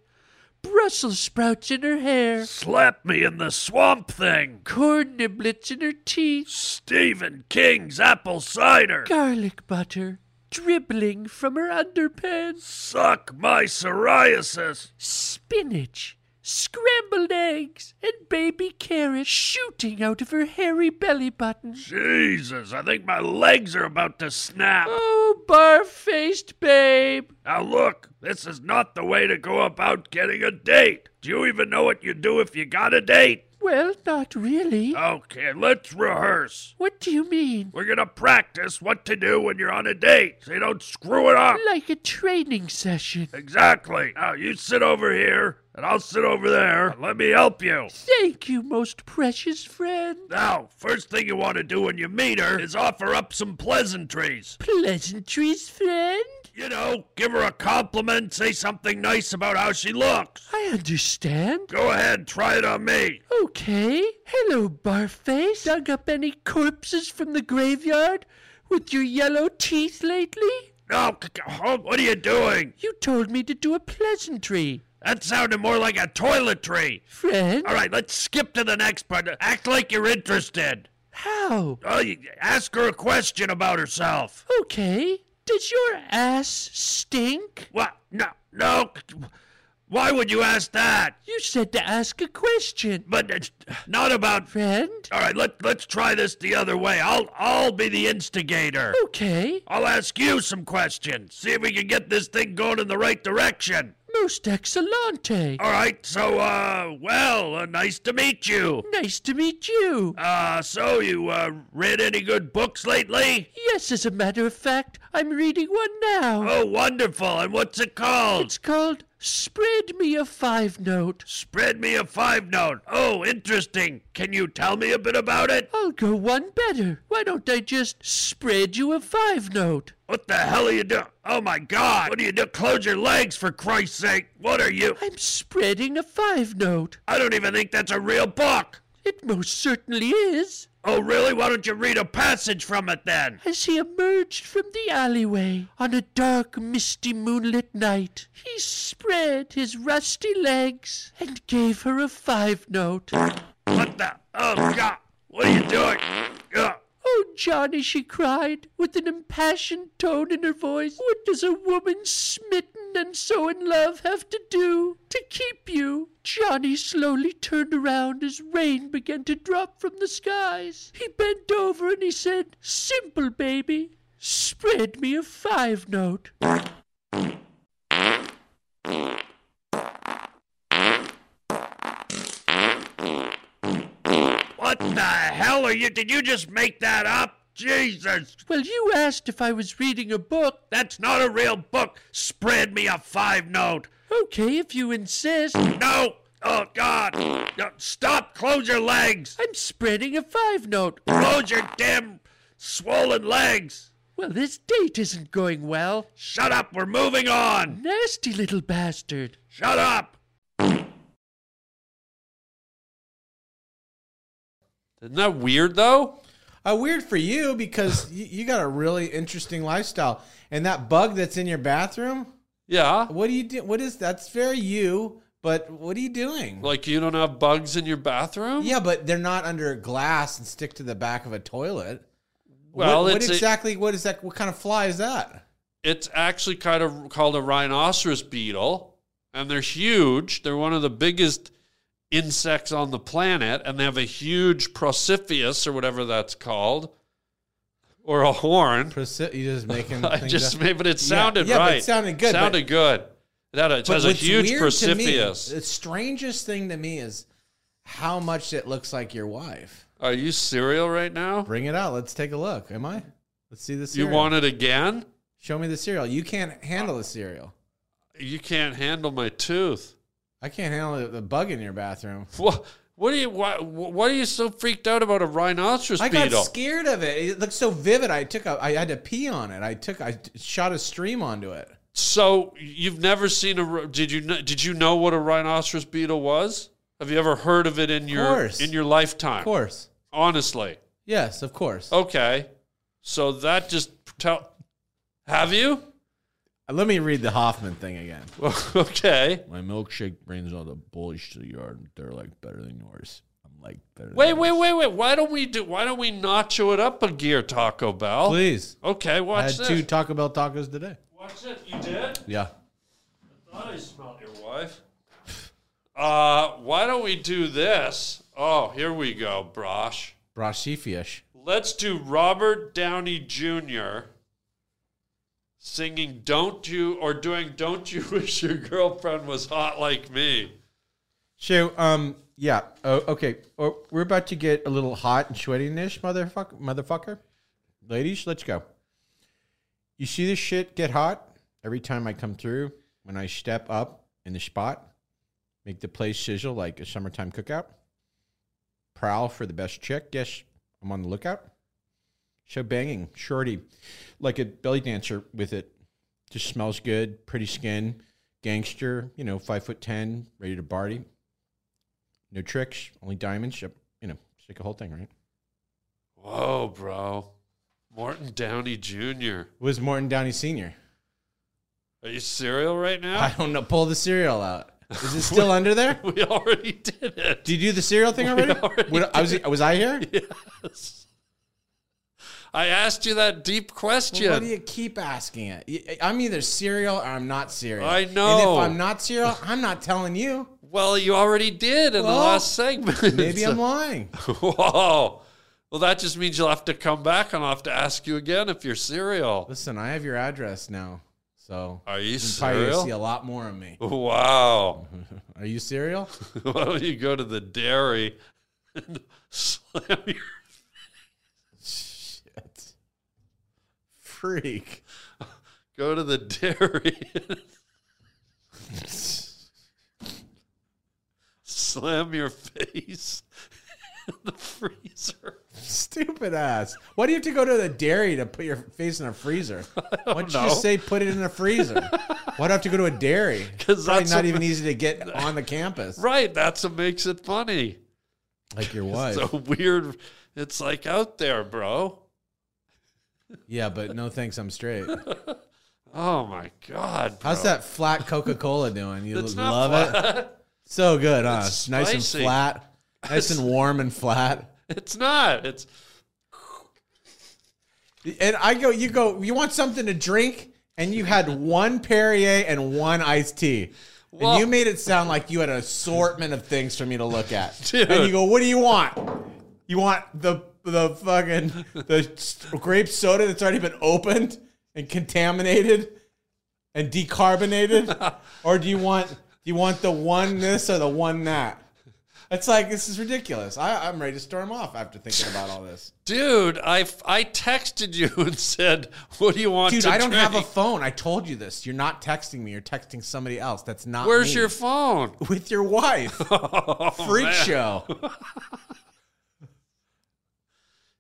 Brussels sprouts in her hair,
Slap me in the swamp thing!
corn niblets in her teeth,
Stephen King's apple cider!
garlic butter dribbling from her underpants,
Suck my psoriasis!
spinach, scrambled eggs, and baby carrots shooting out of her hairy belly button.
Jesus, I think my legs are about to snap!
Oh, bar faced babe!
Now look, this is not the way to go about getting a date! Do you even know what you do if you got a date?
Well, not really.
Uh, Okay, let's rehearse.
What do you mean?
We're gonna practice what to do when you're on a date so you don't screw it up.
Like a training session.
Exactly. Now you sit over here, and I'll sit over there. Let me help you.
Thank you, most precious friend.
Now, first thing you want to do when you meet her is offer up some pleasantries.
Pleasantries, friend?
You know, give her a compliment, say something nice about how she looks.
I understand.
Go ahead, try it on me.
Okay. Hello, Barface. Dug up any corpses from the graveyard with your yellow teeth lately?
No, c- c- oh, what are you doing?
You told me to do a pleasantry.
That sounded more like a toiletry.
Friend?
All right, let's skip to the next part. Act like you're interested.
How?
Oh, you- ask her a question about herself.
Okay. Does your ass stink?
What? No, no. c- Why would you ask that?
You said to ask a question.
But it's not about.
Friend?
All right, let let's try this the other way. I'll I'll be the instigator.
Okay.
I'll ask you some questions. See if we can get this thing going in the right direction.
Most excellente.
All right. So, uh, well, uh, nice to meet you.
Nice to meet you.
Uh, so you uh read any good books lately?
Yes, as a matter of fact, I'm reading one now.
Oh, wonderful. And what's it called?
It's called Spread Me a Five Note.
Spread me a five note. Oh, interesting. Can you tell me a bit about it?
I'll go one better. Why don't I just spread you a five note?
What the hell are you doing? Oh my God! What do you do? Close your legs for Christ's sake! What are you?
I'm spreading a five note.
I don't even think that's a real book.
It most certainly is.
Oh, really? Why don't you read a passage from it then?
As he emerged from the alleyway on a dark, misty, moonlit night, he spread his rusty legs and gave her a five note.
[laughs] What the? Oh, God. What uh, are you doing? Ugh.
Oh, Johnny, she cried, with an impassioned tone in her voice. What does a woman smitten and so in love have to do to keep you? Johnny slowly turned around as rain began to drop from the skies. He bent over and he said, Simple, baby, spread me a five note.
What the hell are you? Did you just make that up? Jesus!
Well, you asked if I was reading a book.
That's not a real book. Spread me a five note.
Okay, if you insist,
No! Oh, God! No, Stop! Close your legs!
I'm spreading a five note.
Close your damn swollen legs!
Well, this date isn't going well.
Shut up! We're moving on!
Nasty little bastard.
Shut up!
Isn't that weird though?
Uh, weird for you
[laughs]
because you, you got a really interesting lifestyle. And that bug that's in your bathroom,
Yeah.
what do you do? What is that's very you, but what are you doing?
Like you don't have bugs in your bathroom?
yeah, but they're not under glass and stick to the back of a toilet.
Well,
what,
it's
what
a-
exactly what is that? What kind of fly is that?
it's actually kind of called a rhinoceros beetle, and they're huge. They're one of the biggest insects on the planet, and they have a huge procipheus or whatever that's called, or a horn.
Prosi- you just
[laughs]
making
I
things
just
up.
made, but it sounded
yeah, but it
right.
sounded good, but-
Sounded good. That it
But
has a
what's
huge
weird to me,
procipheus.
The strangest thing to me is how much it looks like your wife.
Are you cereal right now?
Bring it out. Let's take a look. Am I? Let's see the
You
cereal.
want it again?
Show me the cereal. You can't handle the cereal.
You can't handle my tooth.
I can't handle the- the bug in your bathroom.
Wha- What? What are you? Why, what are you so freaked out about a rhinoceros
I got
beetle?
scared of it. It looked so vivid. I took a, I had to pee on it. I took, I shot a stream onto it.
So you've never seen a? rhi- Did you? kn- Did you know what a rhinoceros beetle was? Have you ever heard of it in your
course.
in your lifetime?
Of course.
Honestly,
Yes, of
Oh.
course.
okay. So that just tell. Have you? [laughs]
Uh, Let me read the Hoffman thing again.
okay.
My milkshake brings all the boys to the yard. and They're like better than yours. I'm like better.
Wait,
than
wait, wait, wait. Why don't we do? Why don't we nacho it up a gear, Taco Bell?
Please.
Okay,
I had
watch this.
two Taco Bell tacos today.
watch it. You did.
Yeah.
thought I smelled your wife. Uh, why don't we do this? Oh, here we go, Brosh.
Brashifish.
Let's do Robert Downey Jr. singing Don't You or doing Don't You [laughs] Wish Your Girlfriend Was Hot Like Me.
So, um, yeah. Oh, okay. Oh, we're about to get a little hot and sweaty-ish, motherfucker. Motherfucker. Ladies, let's go. You see this shit get hot every time I come through when I step up in the spot, make the place sizzle like a summertime cookout. Prowl for the best chick. Yes, I'm on the lookout. So banging, shorty, like a belly dancer with it. Just smells good, pretty skin, gangster, you know, five foot ten, ready to party. No tricks, only diamonds. Yep, you know, stick a whole thing, right?
Whoa, bro. Morton Downey Jr.
Was Morton Downey Sr.
Are you serial right
I
now?
don't know. Pull the cereal out. Is it still under there?
[laughs] we already did it.
Did you do the cereal thing already?
already
What- I was, was I
[laughs]
here?
I asked you that deep question.
Why do you keep asking it? Y- I'm either cereal or I'm not cereal.
I
And
know.
if I'm not cereal, I'm not telling
[laughs]
you.
well, you already did in
Well,
the last segment.
Maybe
[laughs]
I'm lying.
Whoa. Well, that just means you'll have to come back and I'll have to ask you again if you're cereal.
Listen, I have your address now, so
Are you
you'll probably see a
cereal?
lot more of me.
Wow.
Are
[laughs]
you cereal?
Why don't you go to the dairy and slam your.
Shit, freak.
Go to the dairy and [laughs] slam your face in the freezer.
Stupid ass. Why do you have to go to the dairy to put your face in
[laughs]
a freezer? Why don't you
know.
just say put it in a freezer? Why do I have to go to a dairy?
[laughs] 'Cause
Probably
that's
not
a-
even easy to get
[laughs]
on the campus.
Right. That's what makes it funny.
Like your wife.
So weird. It's like out there, bro.
yeah, but no thanks,
[laughs]
I'm straight.
Oh my God. Bro.
How's that flat Coca Cola doing? You
It's not
love it?
flat.
So good, huh?
It's
nice and
spicy.
flat. Nice and warm and flat.
[laughs] It's not. It's
And I go, you go, you want something to drink? And you had one Perrier and one iced tea.
Well-
and you made it sound like you had an assortment of things for me to look at.
[laughs] Dude.
And you go, what do you want? You want the the fucking the s- grape soda that's already been opened and contaminated
[laughs]
and decarbonated? or do you want do you want the one this or the one that? It's like this is ridiculous. I, I'm ready to storm off after thinking about all this.
dude. I I texted you [laughs] and said, "What do you want?"
Dude,
to
I don't have a
drink?"
phone. I told you this. You're not texting me. You're texting somebody else. That's not.
Where's
me.
your Oh, phone?
[laughs]
[laughs]
with your wife? Freak show.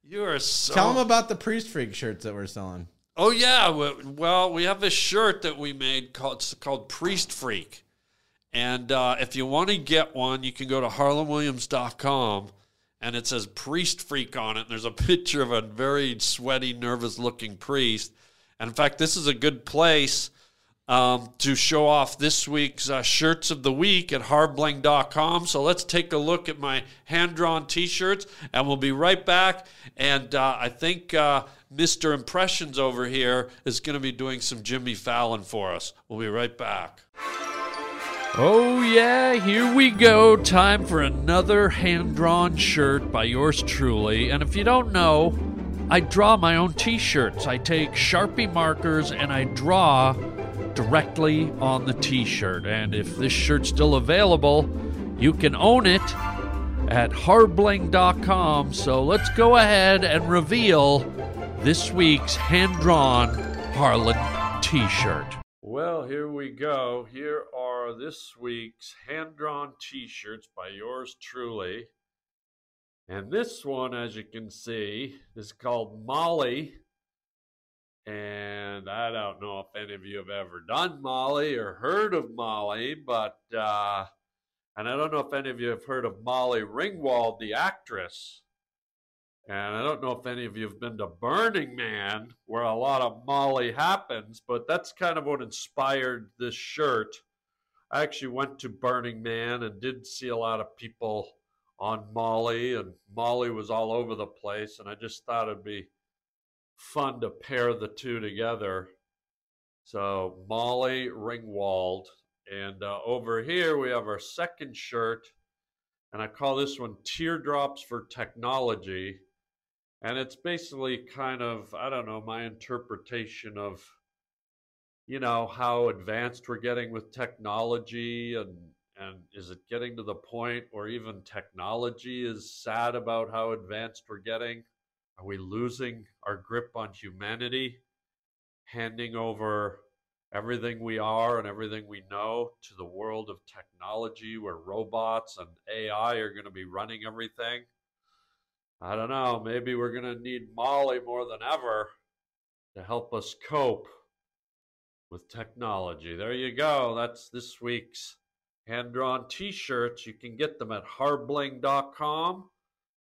You are so. [laughs]
Tell them about the priest freak shirts that we're selling.
oh yeah. we- Well, we have a shirt that we made called it's called Priest Freak, and uh, if you want to get one, you can go to harlemwilliams.com. And it says priest freak on it. And there's a [laughs] picture of a very sweaty, nervous looking priest. And in fact, this is a good place um, to show off this week's uh, shirts of the week at harbling.com. So let's take a look at my hand drawn t shirts and we'll be right back. And uh, I think uh, Mr. Impressions over here is going to be doing some Jimmy Fallon for us. We'll be right back. Oh, yeah, here we go. Time for another hand drawn shirt by yours truly. And if you don't know, I draw my own t shirts. I take Sharpie markers and I draw directly on the t shirt. And if this shirt's still available, you can own it at harbling.com. So let's go ahead and reveal this week's hand drawn Harlan t shirt. Well, here we go. Here are this week's hand drawn t shirts by yours truly. And this one, as you can see, is called Molly. And I don't know if any of you have ever done Molly or heard of Molly, but, uh, and I don't know if any of you have heard of Molly Ringwald, the actress. And I don't know if any of you have been to Burning Man, where a lot of Molly happens, but that's kind of what inspired this shirt. I actually went to Burning Man and did see a lot of people on Molly, and Molly was all over the place. And I just thought it'd be fun to pair the two together. So, Molly Ringwald. And uh, over here, we have our second shirt and I call this one Teardrops for Technology. And it's basically kind of, I don't know, my interpretation of, you know, how advanced we're getting with technology and and is it getting to the point where even technology is sad about how advanced we're getting? Are we losing our grip on humanity, handing over everything we are and everything we know to the world of technology where robots and AI are going to be running everything. I don't know. Maybe we're going to need Molly more than ever to help us cope with technology. There you go. That's this week's hand drawn t shirts. You can get them at harbling.com.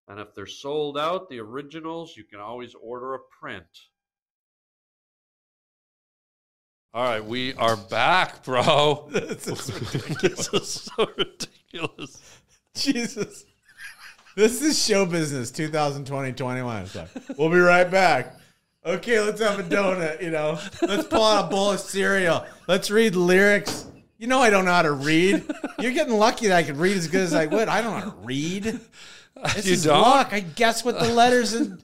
And if they're sold out, the originals, you can always order a print. All right, we are back, bro. [laughs] this is ridiculous. so ridiculous.
[laughs] Jesus. This is show business 2020 21. It's like, we'll be right back. Okay, let's have a donut, you know. Let's pull out a bowl of cereal. Let's read lyrics. You know I don't know how to read. You're getting lucky that I could read as good as I would. I don't know how to read. This
you
is
don't?
luck. I guess what the letters and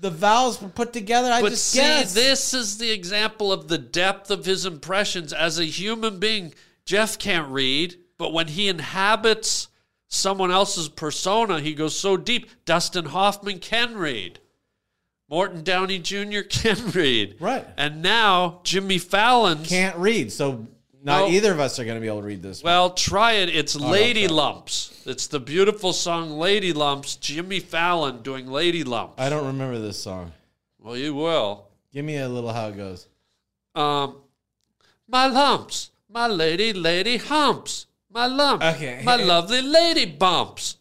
the vowels were put together. I
But
just
see,
guess.
this is the example of the depth of his impressions as a human being. Jeff can't read, but when he inhabits someone else's persona, he goes so deep. Dustin Hoffman can read. Morton Downey Jr. [laughs] can read.
Right.
And now Jimmy Fallon's
can't read, so
No.
not either of us are going to be able to read this.
Well, try it. It's Lady
okay.
Lumps. It's the beautiful song Lady Lumps, Jimmy Fallon doing Lady Lumps.
I don't remember this song.
well, you will.
Give me a little how it goes.
Um, my lumps, my lady, lady humps, my lump,
Okay. [laughs]
my lovely lady bumps.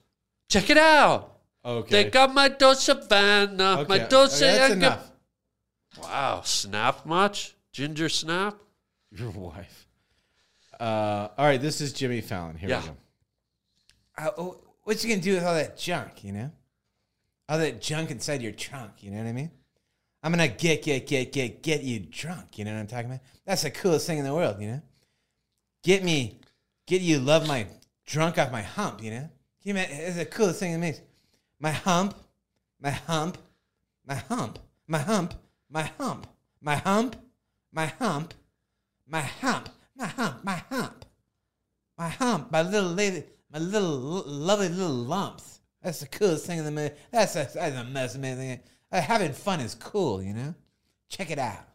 Check it out.
Okay.
They got my Dolce Vanna, my
Okay.
Dolce
Okay, that's
and-
enough.
Wow, snap much? Ginger snap?
Your [laughs] wife. Uh, all right, this is Jimmy Fallon. Here
Yeah.
we go. Uh, oh, what you gonna do with all that junk? You know, all that junk inside your trunk. You know what I mean? I'm gonna get get get get get you drunk. You know what I'm talking about? That's the coolest thing in the world. You know, get me, get you love my drunk off my hump. You know, Can you ima- it's the coolest thing in me. My hump, my hump, my hump, my hump, my hump, my hump, my hump my hump, my hump, my hump, my hump, my little lady, my little l- lovely little lumps. That's the coolest thing in the movie. That's a, that's the most amazing. Thing. Uh, having fun is cool, you know. Check it out.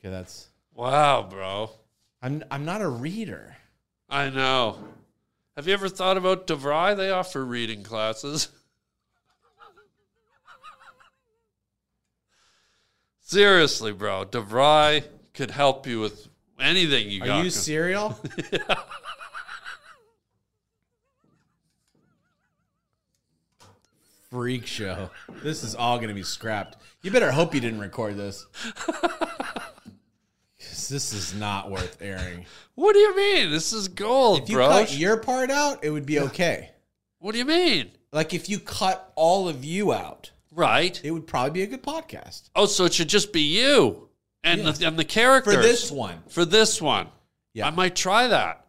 Okay, that's.
Wow, bro.
I'm I'm not a reader.
I know. Have you ever thought about DeVry? They offer reading classes. [laughs] Seriously, bro. DeVry could help you with anything you got. go-
cereal? Freak show. This is all going to be scrapped. You better hope you didn't record this. 'Cause this is not worth airing.
what do you mean? This is gold,
If you
bro.
cut your part out, it would be okay.
what do you mean?
Like if you cut all of you out,
Right.
it would probably be a good podcast.
Oh, so it should just be you and the, and the
For
characters
this one.
For this one.
Yeah.
I might try that.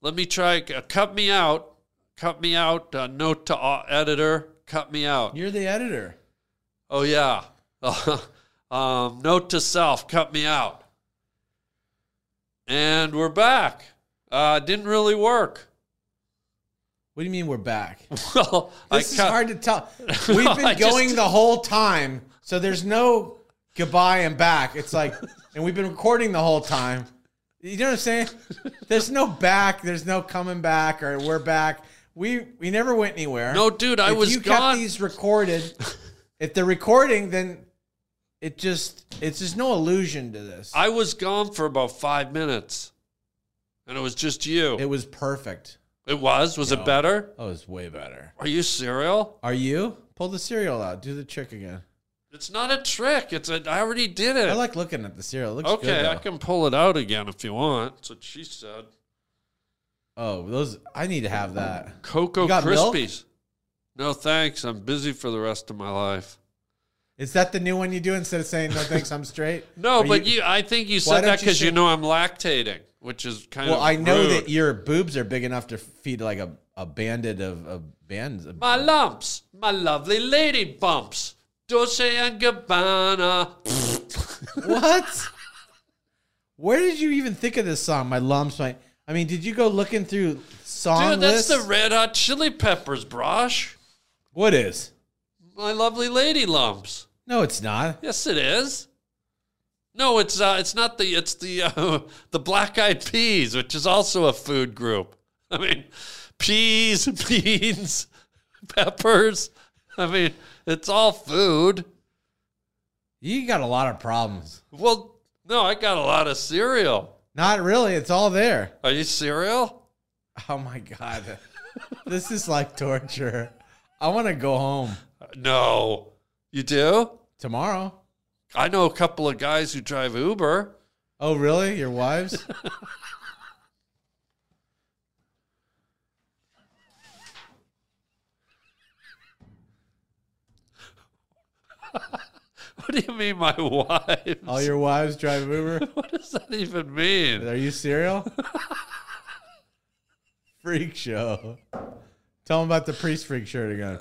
Let me try. uh, Cut me out. Cut me out. Uh, note to au- editor. Cut me out.
You're the editor.
Oh yeah. [laughs] um, note to self. Cut me out. And we're back. Uh, didn't really work. [laughs]
What do you mean we're back?
Well, I
This is
cut-
hard to tell.
[laughs] No,
We've
I
been
[laughs] just-
going the whole time, so there's no goodbye and back. It's like, and we've been recording the whole time. You know what I'm saying? There's no back. There's no coming back, or we're back. We we never went anywhere.
No, dude, I
if
was
you
gone.
kept these recorded. if they're recording, then it just it's just no allusion to this.
I was gone for about five minutes, and it was just you.
it
It,
was perfect.
was. Was it better?
That was way better.
Are you serial?
Are you? Pull the cereal out. Do the trick again.
It's not a trick. It's a, I already did it.
I like looking at the cereal. It looks
okay,
good.
I
though.
can pull it out again if you want. That's what she said.
Oh, those! I need to have that.
Cocoa
You got milk?
Krispies. No thanks. I'm busy for the rest of my life.
Is that the new one you do instead of saying no thanks, I'm straight?
[laughs] No,
Are
but you, I think you
Why
said
don't
that
you
because you,
say-
know I'm lactating, which is kind
Well,
of.
I know
rude.
that your boobs are big enough to feed like a, a bandit of, of bands. of-
My lumps, my lovely lady bumps, Dolce and Gabbana.
[laughs] what? Where did you even think of this song? My lumps. My. I mean, did you go looking through song
Dude, that's the
lists?
Red Hot Chili Peppers, Brosh.
what is?
My lovely lady lumps.
No, it's not.
Yes, it is. No, it's uh, it's not the it's the uh, [laughs] the black eyed peas, which is also a food group. I mean, peas, [laughs] beans, [laughs] peppers. I mean, it's all food.
You got a lot of problems.
Well, no, I got a lot of cereal.
Not really. It's all there.
Are you cereal?
Oh my god, [laughs] this is like torture. I want to go home
No, you do.
tomorrow.
I know a couple of guys who drive Uber. [laughs]
Oh, really? Your wives?
What do you mean, my [laughs] wives?
All your wives drive
[laughs]
Uber?
what does that even mean?
Are you serial? freak show. Tell them about the priest freak shirt again.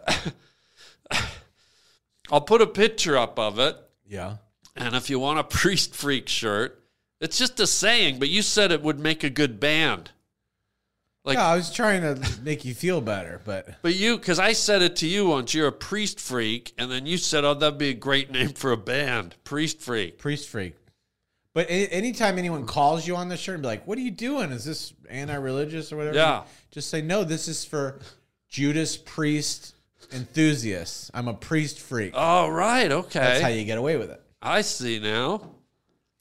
I'll put a picture up of it.
Yeah.
And if you want a [laughs] priest freak shirt, it's just a saying, but you said it would make a good band. Like,
Yeah, I was trying to make you feel better, but
but you, because I said it to you once, you're a priest freak. And then you said, oh, that'd be a great [laughs] name for a band, priest freak.
priest freak. But a- anytime anyone calls you on the shirt and be like, "What are you doing? Is this anti-religious or whatever?"
Yeah.
Just say, "No, this is for Judas priest enthusiasts. I'm a priest freak."
All right. Okay.
That's how you get away with it.
I see now.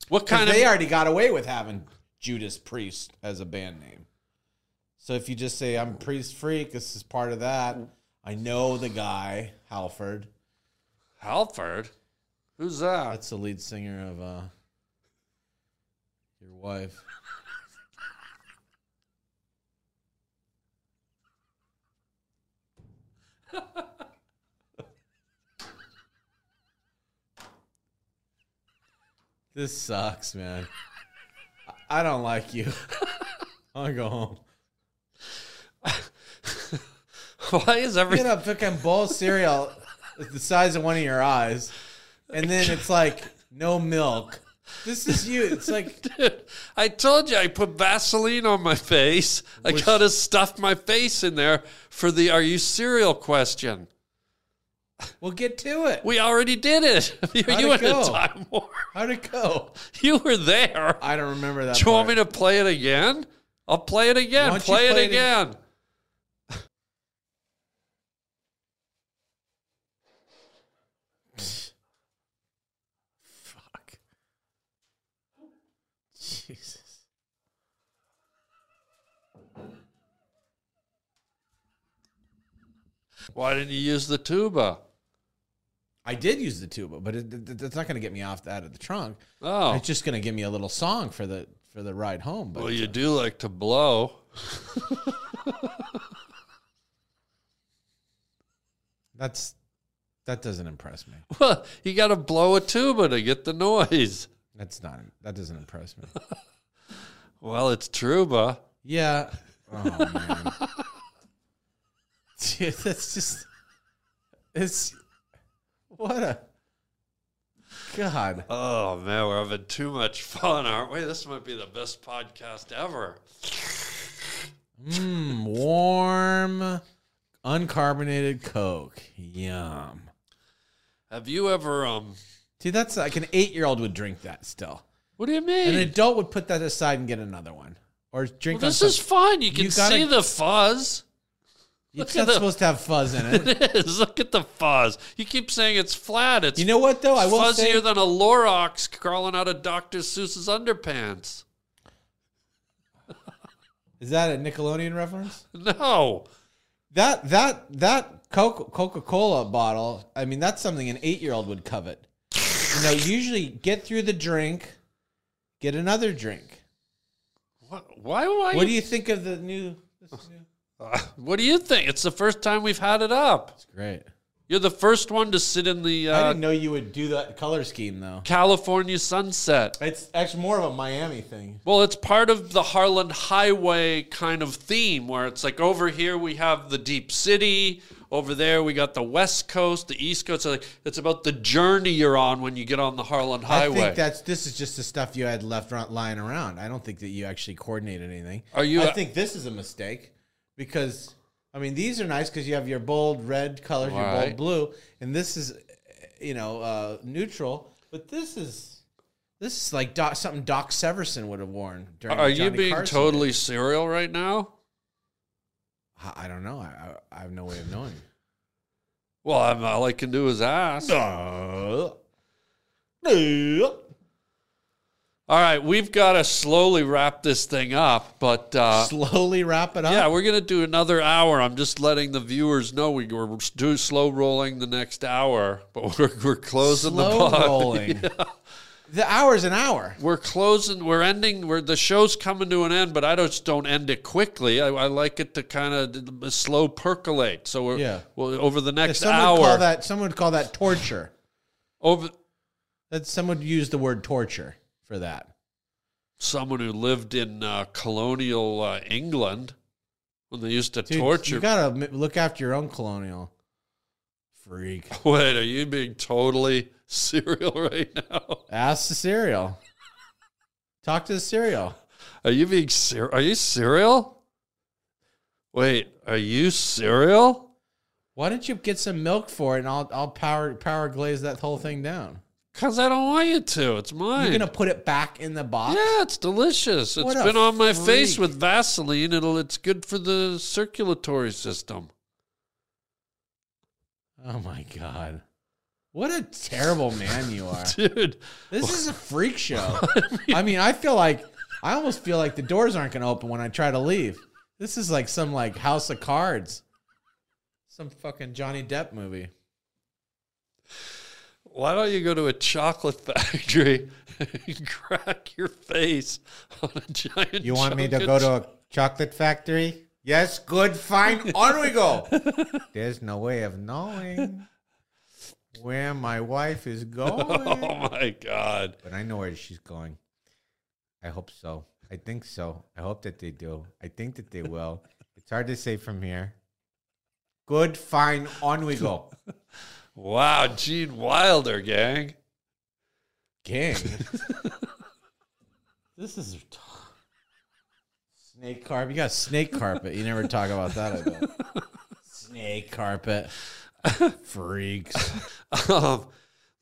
What
'Cause
kind of.
they already got away with having Judas Priest as a band name. So if you just say I'm Priest Freak, this is part of that. I know the guy Halford.
Halford? [laughs] Who's that?
That's the lead singer of uh, your wife. this sucks, man. I- I don't like you. [laughs] I want to go home.
Why is every.
Get a fucking bowl of cereal that's the size of one of your eyes, and then it's like no milk. This is you. It's like
[laughs] I told you I put Vaseline on my face. I gotta stuff my face in there for the "Are you cereal?" question.
Well, get to it.
We already did it. [laughs] You're
How'd
you
it
in a
go?
time war.
How'd it go?
[laughs] You were there.
I don't remember that.
Do you want me to play it again? I'll play it again.
Why don't you
Play it
play it
again.
Fuck. Jesus.
Why didn't you use the tuba?
I did use the tuba, but it, it, it's not going to get me off out of the trunk.
Oh,
It's just going to give me a little song for the for the ride home. But
well, you do like to blow. [laughs]
that's that doesn't impress me.
Well, you got to blow a tuba to get the noise.
That's not that doesn't impress me.
Well, it's tuba.
Yeah. Oh man. [laughs] Dude, that's just it's what a God.
Oh man, we're having too much fun, aren't we? This might be the best podcast ever.
Mm, warm, uncarbonated Coke. Yum.
Have you ever um
See, that's like an eight year old would drink that still.
What do you mean?
An adult would put that aside and get another one. Or drink
Well, this
on
is fun. You can
gotta-
see the fuzz.
It's
look at
not
the-
supposed to have
[laughs]
fuzz in it.
It is. Look at the fuzz. You keep saying it's flat. It's
You know what though? I will
fuzzier
say
than a Lorox crawling out of Dr. Seuss's underpants. [laughs]
is that a Nickelodeon reference?
No.
That that that Coca Cola bottle. I mean, that's something an eight year old would covet. You know, usually get through the drink, get another drink.
What, why why
What do you think of the new? This new?
What do you think? It's the first time we've had it up.
It's great.
You're the first one to sit in the
I
uh,
didn't know you would do that color scheme though.
California sunset.
It's actually more of a Miami thing.
Well, it's part of the Harlan Highway kind of theme where it's like over here we have the deep city, over there we got the west coast, the east coast. It's, like, it's about the journey you're on when you get on the Harlan Highway.
I think that's this is just the stuff you had left ro- lying around. I don't think that you actually coordinated anything.
Are you-
I think this is a mistake because I mean these are nice because you have your bold red colors, your
Right.
bold blue, and this is you know uh, neutral. But this is this is like Doc, something Doc Severson would have worn during.
Are
the
you
Johnny
being
Carson
totally
days.
serial right now?
I I don't know. I, I, I have no way of knowing.
Well, I'm, all I can do is ask. Uh,
No. No.
All right, we've got to slowly wrap this thing up, but uh,
Slowly wrap it up.
yeah, we're gonna do another hour. I'm just letting the viewers know we we're do slow rolling the next hour, but [laughs] we're we're closing
slow
the [laughs] pod.
rolling. The hour's an hour.
We're closing. We're ending. We're the show's coming to an end, but I don't, just don't end it quickly. I, I like it to kind of slow percolate. So we're
Yeah.
well, over the
If
next
Some would
hour.
call that. Some would call that torture.
over
That some would use the word torture for that.
someone who lived in uh, colonial uh, England when they used to
Dude,
torture.
You gotta m- look after your own colonial freak.
Wait, are you being totally [laughs] serial right now?
Ask the cereal. Talk to the cereal.
Are you being ser- Are you cereal? Wait, are you cereal?
Why don't you get some milk for it, and I'll I'll power power glaze that whole thing down.
Cause I don't want you to. It's mine.
You're gonna put it back in the box.
Yeah, it's delicious. It's
What a
been on my face
freak.
with Vaseline. It'll it's good for the circulatory system. [laughs]
Oh my god. What a terrible man you are.
Dude,
This is a freak show. I mean, I feel like I almost feel like the doors aren't going to open when I try to leave. This is like some like House of Cards, some fucking Johnny Depp movie.
why don't you go to a chocolate [laughs] factory and crack your face on a giant
You want me to
chocolate
go to a Uh, chocolate factory? Yes, good,
[laughs]
fine. On we go. There's no way of knowing where my wife
[laughs]
is going,
Oh my god.
but I know where she's going. I hope so. I think so. I hope that they do. I think that they
[laughs]
will. It's hard to say from here. Good, fine. On we
[laughs]
go.
Wow, Gene Wilder, gang. [laughs]
Gang. this is snake carpet. You got snake carpet. You never talk about that. I [laughs] bet. Snake [laughs] carpet. Freaks.
Um,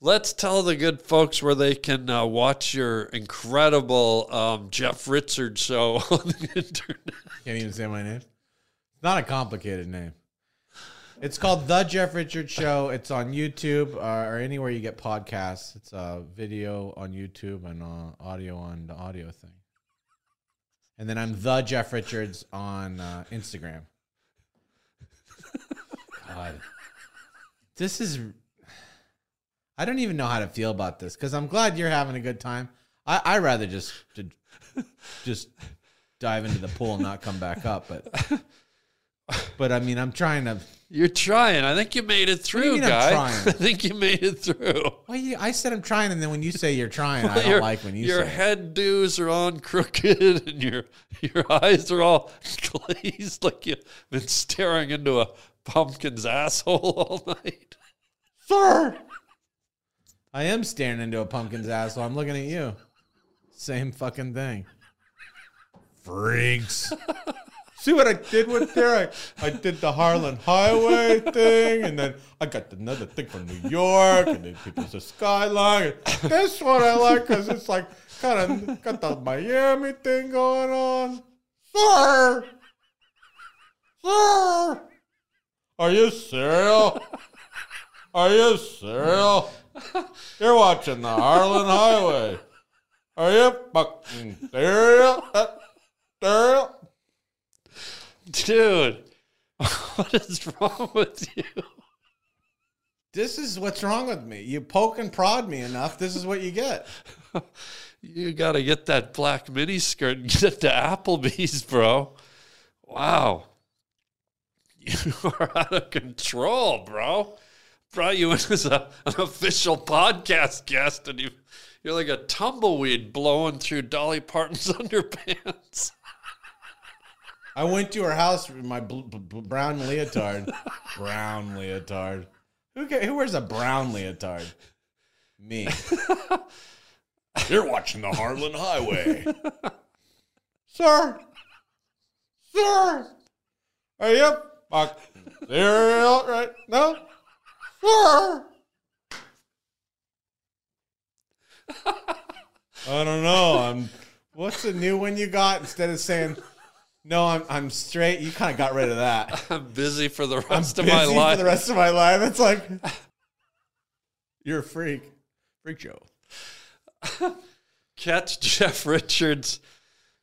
let's tell the good folks where they can uh, watch your incredible um, Jeff Richards show [laughs] on the internet.
Can't even say my name. It's not a complicated name. It's called The Jeff Richards Show. It's on YouTube uh, or anywhere you get podcasts. It's uh, video on YouTube and uh, audio on the audio thing. And then I'm The Jeff Richards on uh, Instagram. God. This is. I don't even know how to feel about this because I'm glad you're having a good time. I, I rather just to- just dive into the pool and not come back up, but but I mean I'm trying to.
You're trying. I think you made it
do you
through,
mean I'm
guy. [laughs]
trying?
I think you made it through.
Well, you, I said I'm trying, and then when you say you're trying, I don't like when you
your
say. it.
headdos are on crooked [laughs] and your your eyes are all [laughs] glazed like you've been staring into a pumpkin's asshole [laughs] all night.
Sir, I am staring into a pumpkin's asshole. I'm looking at you. Same fucking thing. Freaks.
[laughs] See what I did with there? I, I did the Harlan Highway thing, and then I got another thing from New York, and then people's the skyline. And this one I like because it's like kind of got the Miami thing going on. Sir, sir, are you serial? Are you serial? You're watching the Harlan Highway. Are you fucking serial? Uh, serial?
Dude, [laughs] what is wrong with you?
This is what's wrong with me. You poke and prod me enough. This is what you get.
You got to get that black mini skirt and get it to Applebee's, bro. Wow. [laughs] You are out of control, bro. Brought you in as a, an official podcast guest, and you, you're like a tumbleweed blowing through Dolly Parton's [laughs] underpants.
I went to her house with my bl- bl- bl- brown leotard. [laughs] brown leotard. Who, ca- who wears a brown leotard? Me.
[laughs] You're watching the
[laughs]
Harlan Highway.
Sir, sir, are you fucking serial right now?
[laughs]
Sir,
I don't know. I'm. What's the new one you got? Instead of saying, "No, I'm I'm straight," you kind of got rid of that.
I'm busy for the [laughs] rest of
Busy
my life.
for the rest of my life. It's like [laughs] you're a freak.
Freak show.
Catch Jeff Richards'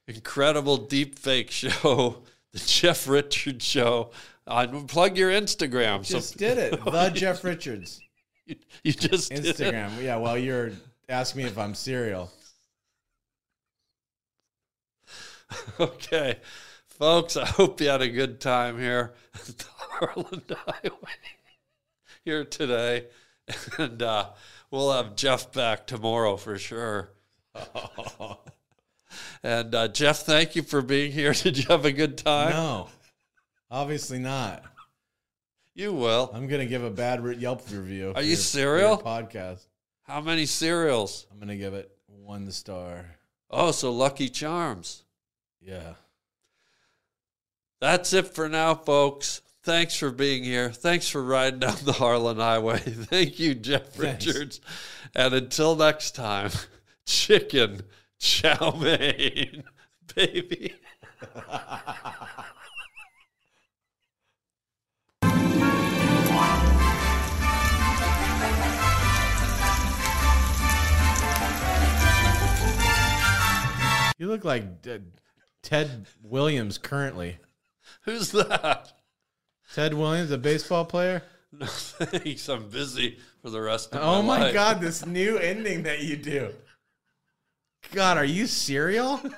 incredible deep fake show, [laughs] the Jeff Richards show. On plug your Instagram.
Just
so [laughs]
did it. The Jeff Richards
you, you just [laughs] did it.
Instagram. Yeah. Well, you're asking me if I'm serial.
[laughs] Okay, folks. I hope you had a good time here [laughs] at the Harland Highway here today, [laughs] and uh, we'll have Jeff back tomorrow for sure. [laughs] and uh, Jeff, thank you for being here. [laughs] Did you have a good time?
No, obviously not.
You will.
I'm gonna give a bad re- Yelp review.
Are
for
you
your- for your
serial?
Podcast.
How many cereals?
I'm gonna give it one star.
Oh, so Lucky Charms.
Yeah.
That's it for now, folks. Thanks for being here. Thanks for riding down the Harlan Highway. [laughs] Thank you, Jeff Richards. And until next time, [laughs] chicken chow mein, [laughs] baby.
You look like uh, Ted Williams currently.
Who's that? [laughs]
Ted Williams, a baseball player.
No, thanks. I'm busy for the rest
[laughs]
of
Oh
my,
my
life.
god, this new ending that you do. God, are you serial?
[laughs]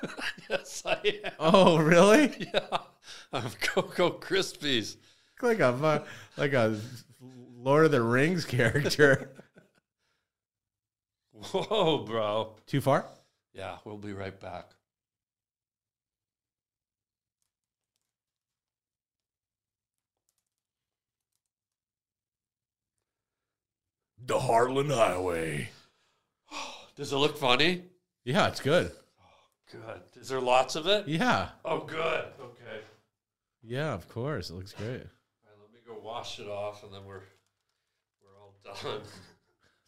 Yes, I am.
Oh, really? Look
Yeah. [laughs] I'm Cocoa Krispies.
[laughs] Like a fu- like a Lord of the Rings character.
Whoa, bro.
[laughs] Too far?
Yeah, we'll be right back.
The Harlan Highway.
[sighs] Does it look funny?
Yeah, it's good.
Good. Is there lots of it?
Yeah,
Oh, good. Okay.
yeah, of course, it looks great.
All right, let me go wash it off, and then we're we're all done.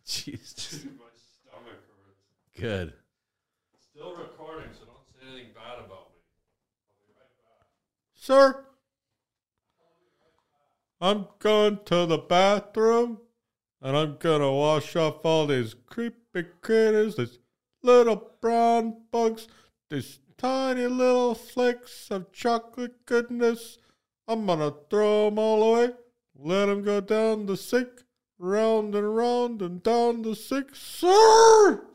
Jeez,
Dude, [laughs] my stomach hurts.
[laughs] good.
Still recording, so don't say anything bad about me.
sir, I'm going to the bathroom, and I'm gonna wash off all these creepy critters, these little brown bugs, these tiny little flakes of chocolate goodness. I'm gonna throw 'em all away, let 'em go down the sink, round and round and down the sink, sir.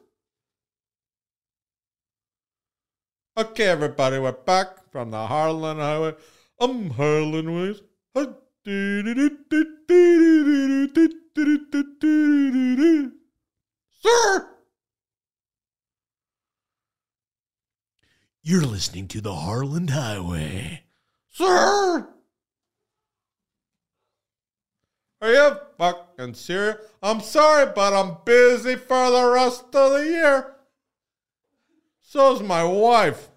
Okay, everybody, we're back from the Harlan Highway. I'm Harlan Ways. Sir!
You're listening to the Harlan Highway.
Sir! Are you fucking serious? I'm sorry, but I'm busy for the rest of the
[laughs]
year. So's my wife.